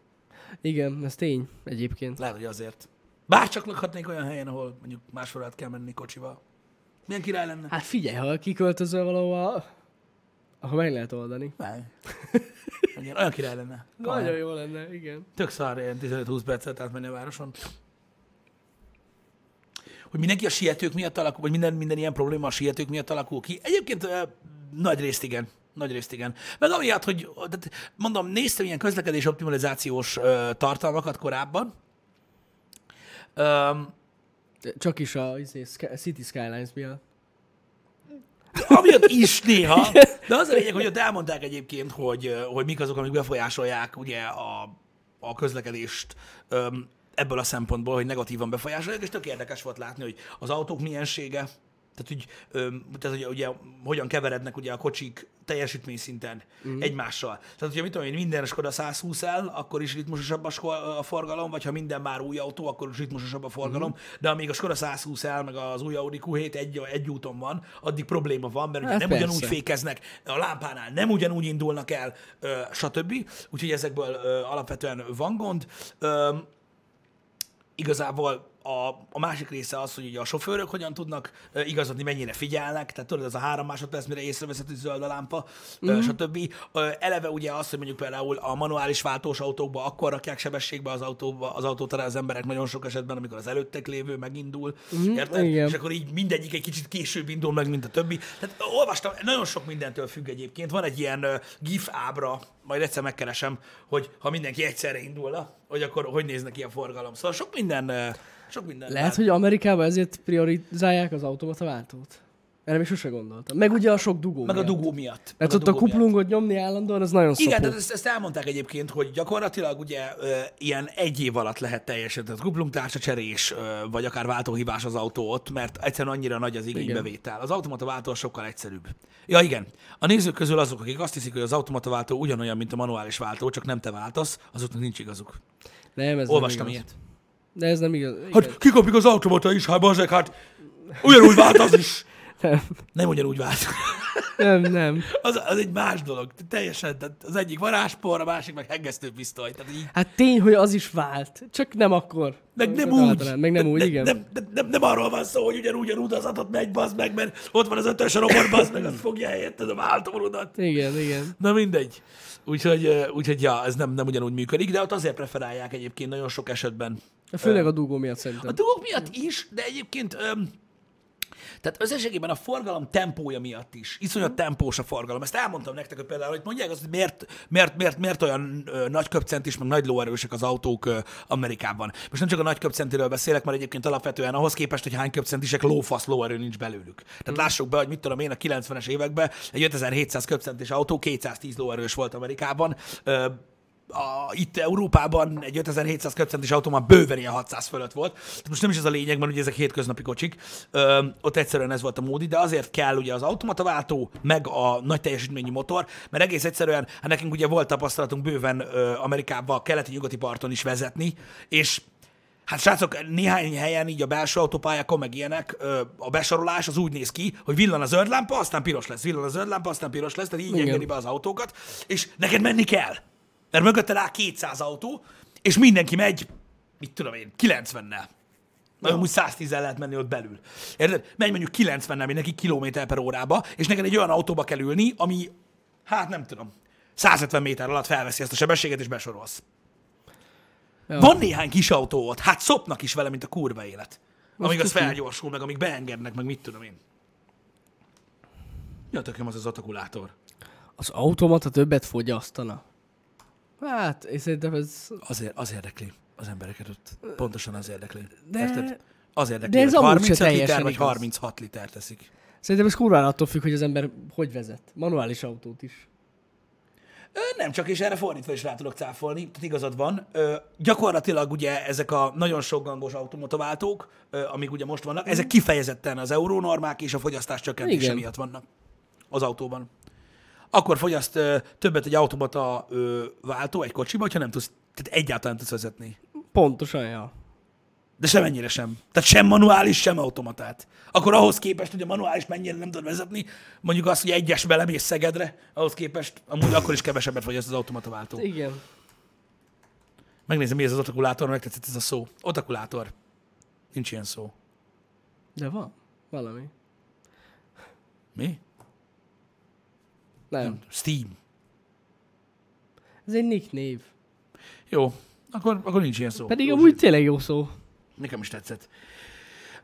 Igen, ez tény egyébként. Lehet, hogy azért. Bár csak lakhatnék olyan helyen, ahol mondjuk másfél órát kell menni kocsival. Milyen király lenne? Hát figyelj, ha kiköltözöl valahova, akkor meg lehet oldani. Nem. Olyan, olyan király lenne. Nagyon jó lenne, igen. Tök szar ilyen 15-20 percet átmenni a városon. Hogy mindenki a sietők miatt alakul, vagy minden, minden ilyen probléma a sietők miatt alakul ki. Egyébként ö, nagy részt igen. Nagy részt igen. Meg amiatt, hogy ö, tehát mondom, néztem ilyen közlekedés optimalizációs ö, tartalmakat korábban. Öm, Csak is a izé, Sky- City Skylines miatt. Amiatt is néha. De az a lényeg, hogy ott elmondták egyébként, hogy, hogy mik azok, amik befolyásolják ugye a, a közlekedést öm, ebből a szempontból, hogy negatívan befolyásolják, és tök érdekes volt látni, hogy az autók miensége, tehát, hogy, öm, tehát hogy, ugye, hogyan keverednek ugye a kocsik teljesítményszinten Mhm. mm. egymással. Tehát, hogyha mit tudom én, minden Skoda 120 el, akkor is ritmusosabb a, sko- a forgalom, vagy ha minden már új autó, akkor is ritmusosabb a forgalom, Mhm. mm. de amíg a Skoda 120 el, meg az új Audi Q7 egy, egy úton van, addig probléma van, mert ugye Hát nem persze. ugyanúgy fékeznek, a lámpánál nem ugyanúgy indulnak el, ö, stb. Úgyhogy ezekből ö, alapvetően van gond. Ö, igazából a, a másik része az, hogy ugye a sofőrök hogyan tudnak ö, igazodni, mennyire figyelnek, tehát tudod, ez a három másodperc, mire észreveszed, hogy zöld a lámpa, mm-hmm. stb. Ö, Eleve ugye az, hogy mondjuk például a manuális váltós autókba akkor rakják sebességbe az, autóba, az autót alá az emberek nagyon sok esetben, amikor az előttek lévő megindul, mm-hmm. érted? igen. És akkor így mindegyik egy kicsit később indul meg, mint a többi. Tehát ö, olvastam, nagyon sok mindentől függ egyébként. Van egy ilyen ö, GIF ábra, majd egyszer megkeresem, hogy ha mindenki egyszerre indulna, hogy akkor hogy néz neki a forgalom. Szóval sok minden, ö, sok minden. Lehet, hogy Amerikában ezért priorizálják az automata váltót. Erre még sose gondoltam. Meg ugye a sok dugó. Meg a miatt. dugó miatt. Mert meg ott a dugó miatt. kuplungot nyomni állandóan, az nagyon szopó. Igen, tehát ezt, ezt elmondták egyébként, hogy gyakorlatilag ugye ö, ilyen egy év alatt lehet teljesen, tehát kuplungtársa cserés, ö, vagy akár váltóhibás az autó ott, mert egyszerűen annyira nagy az igénybevétel. Az automata váltó az sokkal egyszerűbb. Ja igen, a nézők közül azok, akik azt hiszik, hogy az automata váltó ugyanolyan, mint a manuális váltó, csak nem te váltasz, azoknak nincs igazuk. Nem, ez Olvastam nem igaz. ilyet. De ez nem igaz. Igen. Hát kikapjuk az automata is, hát bazsek, hát ugyanúgy vált az is. Nem, Nem ugyanúgy vált. nem, nem. Az, az egy más dolog. Teljesen, tehát az egyik varázspor, a másik meg hengesztőpisztoly. Tehát így Hát tény, hogy az is vált. Csak nem akkor. Meg nem Általán. úgy. Meg nem Ne- úgy, ne- igen. Nem, nem, nem, nem arról van szó, hogy ugyanúgy a rudazatot megy, bazd meg, mert ott van az ötös a robot, bazd meg, azt fogja helyetted a váltó rudat. Igen, igen. Na mindegy. Úgyhogy, ö, úgyhogy ja, ez nem, nem ugyanúgy működik, de ott azért preferálják egyébként nagyon sok esetben. Főleg a dugó miatt szerintem. A dolgok miatt is, de egyébként öm, tehát összességében a forgalom tempója miatt is. Iszonyat tempós a forgalom. Ezt elmondtam nektek, hogy például, hogy mondják azt, hogy miért, miért, miért, miért olyan ö, nagy köpcent is, meg nagy lóerősek az autók ö, Amerikában. Most nem csak a nagy köpcentiről beszélek, mert egyébként alapvetően ahhoz képest, hogy hány köpcentisek lófasz lóerő nincs belőlük. Tehát lássuk be, hogy mit tudom én a 90-es években egy 5700 köpcentis autó 210 lóerős volt Amerikában. Ö, a, itt Európában egy 5700 köpcentis autó már bőven ilyen 600 fölött volt. Tehát most nem is ez a lényeg, mert ugye ezek hétköznapi kocsik. Ö, ott egyszerűen ez volt a módi, de azért kell ugye az automataváltó, meg a nagy teljesítményű motor, mert egész egyszerűen, hát nekünk ugye volt tapasztalatunk bőven ö, Amerikával, keleti-nyugati parton is vezetni, és Hát srácok, néhány helyen így a belső autópályákon, meg ilyenek, ö, a besorolás az úgy néz ki, hogy villan a zöld lámpa, aztán piros lesz, villan a zöld lámpa, aztán piros lesz, tehát így Igen. engedi be az autókat, és neked menni kell. Mert mögötte rá 200 autó, és mindenki megy mit tudom én, 90-nel. Na, amúgy 110 lehet menni ott belül. Érted? Menj mondjuk 90-nel mindenki kilométer per órába, és neked egy olyan autóba kell ülni, ami, hát nem tudom, 150 méter alatt felveszi ezt a sebességet, és besorolsz. Ja. Van néhány kis autó ott, hát szopnak is vele, mint a kurva élet. amíg az tuti. felgyorsul, meg amíg beengednek, meg mit tudom én. Mi a tököm az az atakulátor? Az automata többet fogyasztana. Hát, én szerintem ez... Azért, az érdekli az embereket ott. Pontosan az érdekli. De... Érted? Az érdekli, de ez hogy amúgy se 35 liter teljesen vagy igaz. 36 liter teszik. Szerintem ez kurvára attól függ, hogy az ember hogy vezet. Manuális autót is. Ö, Nem csak, és erre fordítva is rá tudok cáfolni, tehát igazad van. Ö, gyakorlatilag ugye ezek a nagyon sok gangos automatováltók, ö, amik ugye most vannak, ezek kifejezetten az eurónormák és a fogyasztás csökkentése Igen. miatt vannak az autóban. Akkor fogyaszt ö, többet egy automata ö, váltó egy kocsiba, hogyha nem tudsz, tehát egyáltalán nem tudsz vezetni. Pontosan, ja. De semennyire sem. Tehát sem manuális, sem automatát. Akkor ahhoz képest, hogy a manuális mennyire nem tud vezetni, mondjuk azt, hogy egyes belemész Szegedre, ahhoz képest amúgy akkor is kevesebbet fogyaszt az automata váltó. Igen. Megnézem, mi ez az otakulátor, megtetszett ez a szó. Otakulátor. Nincs ilyen szó. De van. Valami. Mi? Nem. Steam. Ez egy nick név. Jó, akkor, akkor nincs ilyen szó. Pedig Jó, amúgy tényleg jó szó. Nekem is tetszett.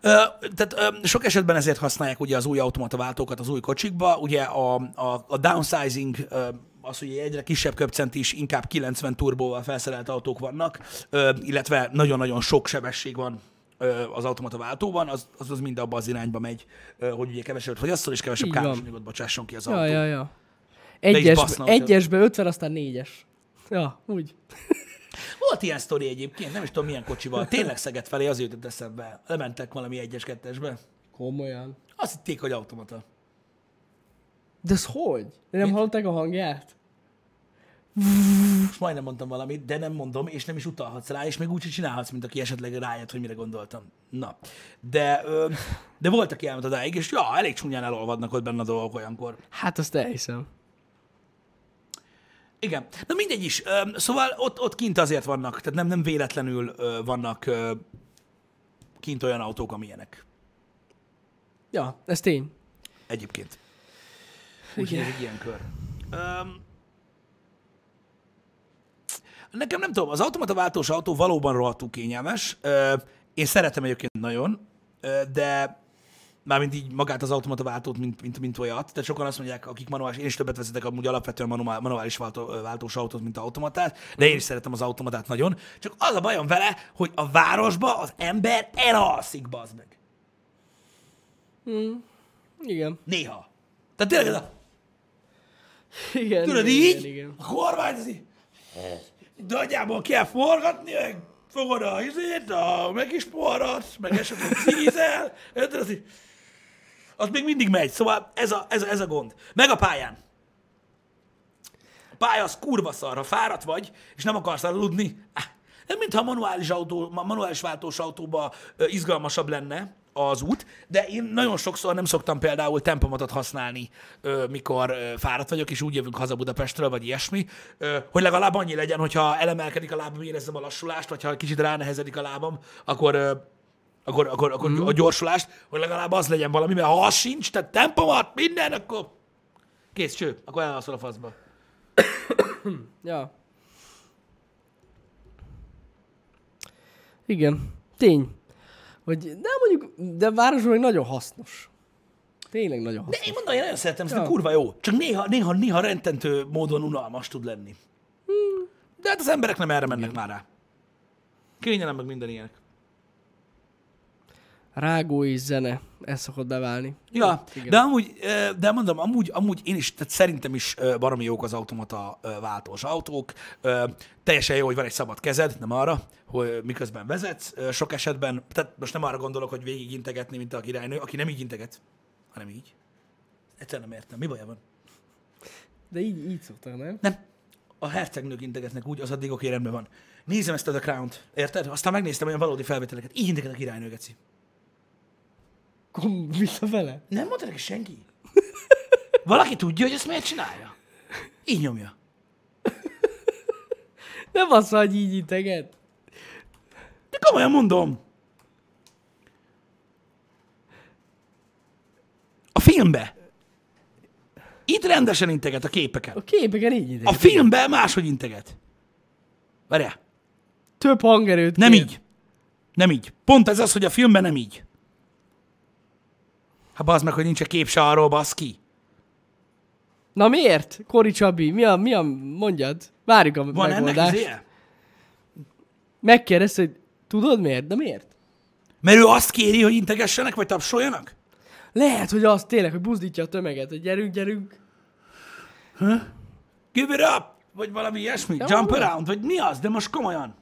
Ö, tehát ö, sok esetben ezért használják ugye az új automata váltókat az új kocsikba. Ugye a, a, a downsizing ö, az, hogy egyre kisebb köpcent is, inkább 90 turbóval felszerelt autók vannak, ö, illetve nagyon-nagyon sok sebesség van ö, az automata váltóban, az, az, az mind abba az irányba megy, ö, hogy ugye kevesebbet fogyasszon, és kevesebb Így van. káros anyagot bocsásson ki az Ja, autó. ja, ja. is Egyesbe, baszna, hogyha- egyesbe 50, aztán négyes. Ja, úgy. Volt ilyen sztori egyébként, nem is tudom milyen kocsival. Tényleg Szeged felé az jutott eszembe. Lementek valami egyes kettesbe. Komolyan. Azt hitték, hogy automata. De ez hogy? De nem hallották a hangját? Most majdnem mondtam valamit, de nem mondom, és nem is utalhatsz rá, és még úgy sem csinálhatsz, mint aki esetleg rájött, hogy mire gondoltam. Na. De, ö, de volt, aki elment odáig, és ja, elég csúnyán elolvadnak ott benne a dolgok olyankor. Hát azt elhiszem. Igen. Na mindegy is. Öm, Szóval ott, ott kint azért vannak, tehát nem, nem véletlenül ö, vannak ö, kint olyan autók, amilyenek Ja, ez tény. egyébként. Úgyhogy ez egy ilyen kör. Um, nekem nem tudom, az automata váltós autó valóban rohadtul kényelmes. Ö, én szeretem egyébként nagyon, ö, de mármint így magát az automata váltót, mint, mint, mint olyat. Tehát sokan azt mondják, akik manuális, én is többet vezetek amúgy alapvetően manuál- manuális váltó, ö, váltós autót, mint automatát, de én is szeretem az automatát nagyon. Csak az a bajom vele, hogy a városba az ember elalszik, bazd meg. Igen. Néha. Tehát tényleg ez a... Igen. Tudod igen, így, Igen, igen. a kormányt az így, nagyjából kell forgatni, meg fogod a izét, a megisporrat, meg esetleg cigizel, érted, az így, az még mindig megy, szóval ez a, ez, a, ez a gond. Meg a pályán. A pálya az kurva szar, ha fáradt vagy, és nem akarsz aludni, áh, nem mintha a manuális, autó, ma- manuális váltós autóba ö, izgalmasabb lenne az út, de én nagyon sokszor nem szoktam például tempomatot használni, ö, mikor ö, fáradt vagyok, és úgy jövünk haza Budapestről, vagy ilyesmi, ö, hogy legalább annyi legyen, hogyha elemelkedik a lábam, érezzem a lassulást, vagy ha kicsit ránehezedik a lábam, akkor ö, akkor, akkor, akkor mm. a gyorsulást, hogy legalább az legyen valami, mert ha az sincs, tehát tempomat, minden, akkor kész, cső, akkor elalszol a faszba. Ja. Igen. Tény. Hogy, de mondjuk, de városban meg nagyon hasznos. Tényleg nagyon De hasznos. én mondom, én nagyon szeretem, ez ja. Ja. kurva jó. Csak néha, néha, néha rendtentő módon unalmas tud lenni. De hát az emberek nem erre mennek már rá. Kényelem meg minden ilyenek. Rágó és zene. Ez szokott beválni. Ja, Igen. de amúgy, ö, de mondom, amúgy, amúgy én is, tehát szerintem is ö, baromi jók az automata ö, váltós autók. Ö, Teljesen jó, hogy van egy szabad kezed, nem arra, hogy miközben vezetsz. Ö, Sok esetben, tehát most nem arra gondolok, hogy végig integetni, mint a királynő, aki nem így integet, hanem így. Egyszer nem értem, mi baja van? De így, így szoktak, nem? Nem. A hercegnők integetnek úgy, az addig oké, rendben van. Nézem ezt a The Crown-t, érted? Aztán megnéztem olyan valódi felvételeket. Így integet a királynő, geci. Kom, vissza vele? Nem mondta neki senki. Valaki tudja, hogy ezt miért csinálja? Így nyomja. Nem az, hogy így integet. De Komolyan mondom. A filmbe. Itt rendesen integet a képeken. A képeken így A ideig. filmbe máshogy integet. Várjál. Több hangerőt Nem kér. így. Nem így. Pont ez az, hogy a filmben nem így. Hát bazd meg, hogy nincs a kép se arról, basz ki. Na miért? Kori Csabi, mi a, mi a mondjad? Várjuk a Van ennek megoldást. izéje? Megkérdez, hogy tudod miért? De miért? Mert ő azt kéri, hogy integessenek, vagy tapsoljanak? Lehet, hogy az tényleg, hogy buzdítja a tömeget, hogy gyerünk, gyerünk. Give it up! Vagy valami ilyesmi. De Jump mondom. around, vagy mi az? De most komolyan.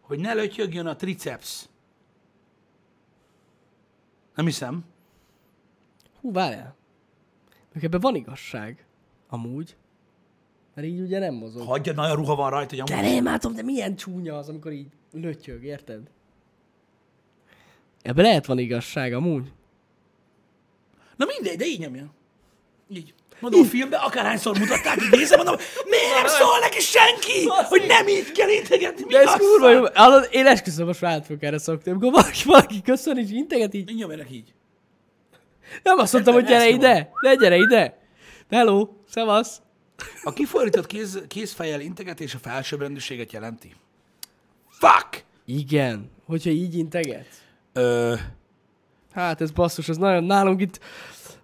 Hogy ne lötyögjön a triceps. Nem hiszem. Hú, várjál. Még ebben van igazság. Amúgy. Mert így ugye nem mozog. Hagyjad, nagyon ruha van rajta, hogy amúgy- De nem látom, de milyen csúnya az, amikor így lötyög, érted? Ebben lehet van igazság, amúgy. Na mindegy, de így nyomja. Így. Mondom, a filmben akárhányszor mutatták, így nézem, mondom, miért nem szól neki senki, Basszus. hogy nem így kell integetni, mi De ez a kurva szar? jó. Hallod, én esküszöm, most rád fogok erre szokni. Amikor valaki, valaki köszön, és integet így. Így nyomja neki így. Nem azt mondtam, hogy Ezt gyere nyomom. ide. Ne gyere ide. Hello, szevasz. A kifordított kéz, kézfejjel integetés a felsőbbrendűséget jelenti. Fuck! Igen. Hogyha így integet. Ö, Hát ez basszus, ez nagyon nálunk itt.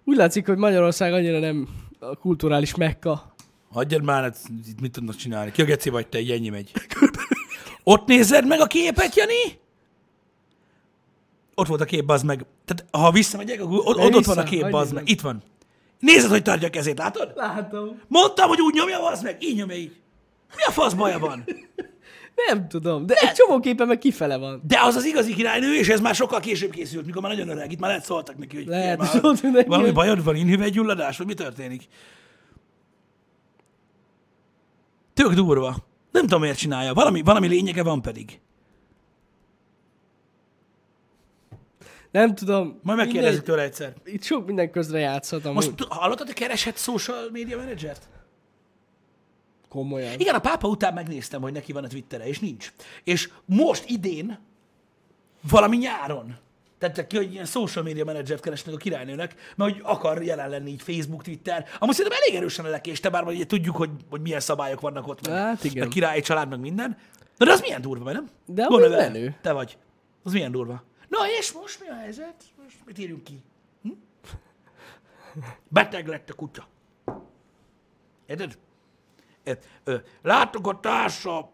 Úgy látszik, hogy Magyarország annyira nem a kulturális mekka. hagyjad már, hát itt mit tudnak csinálni? Ki a geci vagy te, így ennyi megy. Ott nézed meg a képet, Jani? Ott volt a kép, bazd meg. Tehát ha visszamegyek, akkor ott, ott, ott van vissza, a kép, hagyj bazd nézem. meg. Itt van. Nézed, hogy tartja a kezét, látod? Látom. Mondtam, hogy úgy nyomja, az meg. Így nyomja így. Mi a fasz baja van? Nem tudom, de egy csomó képen meg kifele van. De az az igazi királynő, és ez már sokkal később készült, mikor már nagyon öreg. Itt már lehet szóltak neki, hogy Lehet, figyelj és ott ülnek valami ilyen. bajod van, inhüvegyulladás, vagy mi történik? Tök durva. Nem tudom, miért csinálja. Valami, valami lényege van pedig. Nem tudom. Majd megkérdezzük tőle egyszer. mindegy. Itt sok minden közre játszhat amúgy. Most Most... t- hallottad, hogy keresett social media menedzsert? Komolyan. Igen, a pápa után megnéztem, hogy neki van a Twittere, és nincs. És most idén, valami nyáron tettek ki, hogy ilyen social media menedzsert keresnek a királynőnek, mert hogy akar jelen lenni így Facebook, Twitter. Amúgy szerintem elég erősen a lekéste, bár ugye tudjuk, hogy, hogy milyen szabályok vannak ott, meg, Hát igen. meg királyi család, meg minden. Na de az milyen durva, vagy nem? De amúgy Gondolj bele, menő. Te vagy. Az milyen durva. Na és most mi a helyzet? Most mit írjunk ki? Hm? Beteg lett a kutya. Érted? Ö, ö, Látogatás a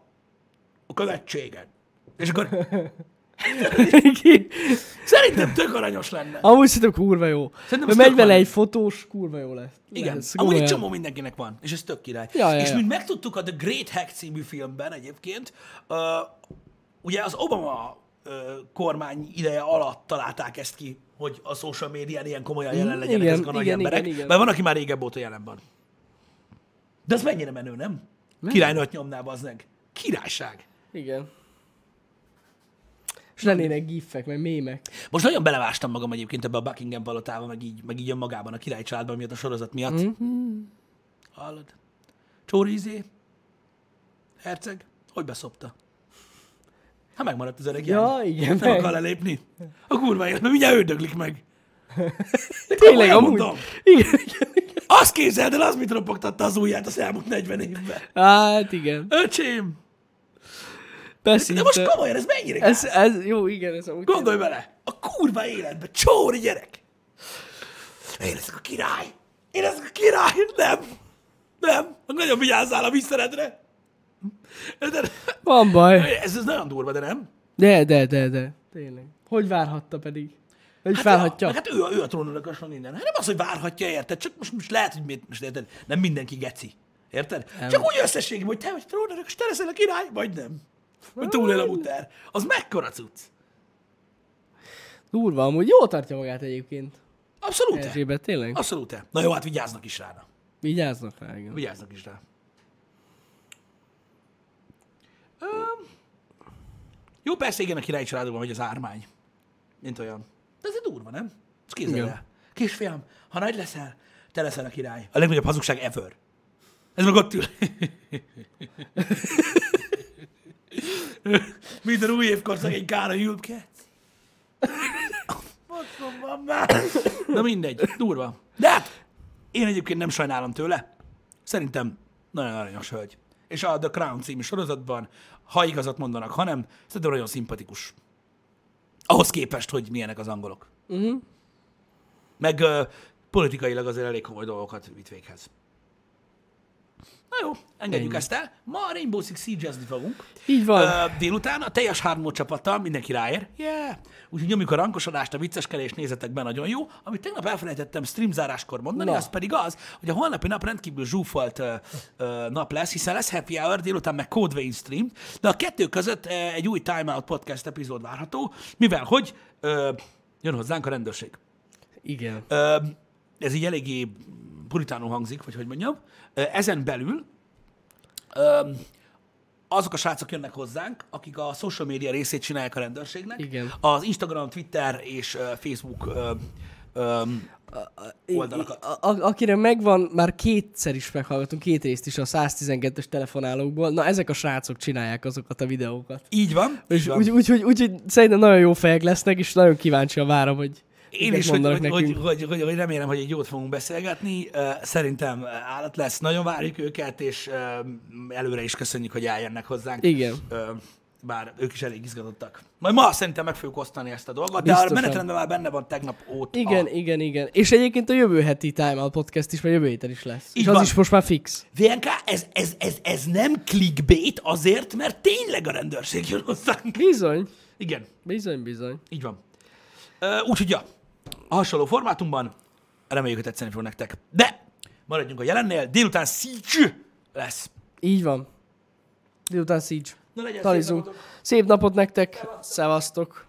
a követségen. És akkor szerintem tök aranyos lenne. amúgy szerintem kurva jó. Szerintem Szerintem ez megy tök vele menő. egy fotós, kurva jó lesz. Igen, lesz, amúgy egy komolyan. csomó mindenkinek van, és ez tök király. Ja, ja, és ja. mint megtudtuk a The Great Hack című filmben egyébként, ö, ugye az Obama ö, kormány ideje alatt találták ezt ki, hogy a social médián ilyen komolyan jelen Mm, legyenek igen, ezek a nagy igen, emberek, igen, igen. mert van, aki már régebb óta jelen van. De ez mennyire menő, nem? Királynőt nyomná, bazdmeg. Királyság. Igen. És lennének gifek, meg mémek. Most nagyon belevástam magam egyébként ebbe a Buckingham palotába, meg így, meg így önmagában a király családban miatt, a sorozat miatt. Mm-hmm. Mhm. Hallod? Csórizé, herceg, hogy beszopta? Hát megmaradt az öreg Ja, jány. igen, Nem meg. akar lelépni? A kurva élet, mert mindjárt ő döglik meg. Tényleg, Komolyan amúgy. mondom. Igen, igen, igen. Azt képzeld el, az mit ropogtatta az ujját az elmúlt 40 évben. Hát igen. Öcsém! De Beszinte. most komolyan, ez mennyire ez, ez... ez, jó, igen, ez amúgy. Gondolj bele! A kurva életbe, csóri gyerek! Én leszek a király! Én leszek a király! Nem! Nem! Nagyon vigyázzál a visszeredre! De, Van baj. ez, ez nagyon durva, de nem? Hát De, de, de, de. Tényleg. Hogy várhatta pedig? Hogy hát Ja, felhatja? hát ő, a- ő a trónörökös van innen. Hát nem az, hogy várhatja, érted? Csak most, most lehet, hogy miért, most érted? Nem mindenki geci. Érted? Nem. Csak úgy összességében, hogy te vagy trónörökös, te leszel a király, vagy nem. Vagy túlél a muter. Az mekkora cucc? Durva, amúgy jól tartja magát egyébként. Abszolút. Erzsébet, tényleg? Abszolút. Na jó, hát vigyáznak is rá. na. Vigyáznak rá, igen. Vigyáznak is rá. Ö, Jó, persze igen, a királyi családokban vagy az ármány. Mint olyan. De ez egy durva, nem? Ezt képzeld Igen. el. Kisfiam, ha nagy leszel, te leszel a király. A legnagyobb hazugság ever. Ez meg ott ül. Minden új évkor szegénykára jül ki. Faszom van már. Na mindegy, durva. De hát, én egyébként nem sajnálom tőle. Szerintem nagyon aranyos hölgy. És a The Crown című sorozatban, ha igazat mondanak, ha nem, szerintem nagyon szimpatikus. Ahhoz képest, hogy milyenek az angolok. Uh-huh. Meg ö, politikailag azért elég komoly dolgokat vitt véghez. Na jó, engedjük ezt el. Ma a Rainbow Six Siege-ezni fogunk. Így van. Ö, délután a teljes hardmode csapattal mindenki ráér. Yeah. Úgyhogy nyomjuk a rankosodást, a vicceskedés nézetek be, nagyon jó. Amit tegnap elfelejtettem streamzáráskor mondani, Na. az pedig az, hogy a holnapi nap rendkívül zsúfolt ö, ö, nap lesz, hiszen lesz happy hour, délután meg Codewayne stream, de a kettő között ö, egy új Time Out podcast epizód várható, mivel hogy ö, jön hozzánk a rendőrség. Igen. Ö, ez így eléggé puritánul hangzik, vagy hogy mondjam. Ö, Ezen belül ö, azok a srácok jönnek hozzánk, akik a social média részét csinálják a rendőrségnek. Igen. Az Instagram, Twitter és ö, Facebook ö, ö, oldalakat. A, a, akire megvan, már kétszer is meghallgatunk, két részt is a 112-es telefonálókból. Na, ezek a srácok csinálják azokat a videókat. Így van. És így van. úgy, úgy, úgy, úgy, hogy szerintem nagyon jó fejek lesznek, és nagyon kíváncsian várom, hogy Én mit is, hogy, mondanak hogy, nekünk. hogy, hogy, hogy, hogy remélem, hogy egy jót fogunk beszélgetni. Ö, Szerintem állat lesz. Nagyon várjuk őket, és ö, előre is köszönjük, hogy eljönnek hozzánk. Igen. Ö, Bár ők is elég izgatottak. Majd ma szerintem meg fogjuk osztani ezt a dolgot, de a Biztosan. menetrendben már benne van tegnap óta. Igen, ah. igen, igen. És egyébként a jövő heti Time Out Podcast is, mert jövő héten is lesz. Így és az van. is most már fix. VNK, ez, ez, ez, ez nem clickbait azért, mert tényleg a rendőrség jön hozzánk. Bizony, Igen, bizony, bizony. így van. Ö, Úgyhogy ja, a hasonló formátumban reméljük, hogy tetszeni fog nektek. De maradjunk a jelennél, délután Siege lesz. Így van. Délután Siege. Na legyen szép Talizunk. napotok. Szép napot nektek. Szevasztok.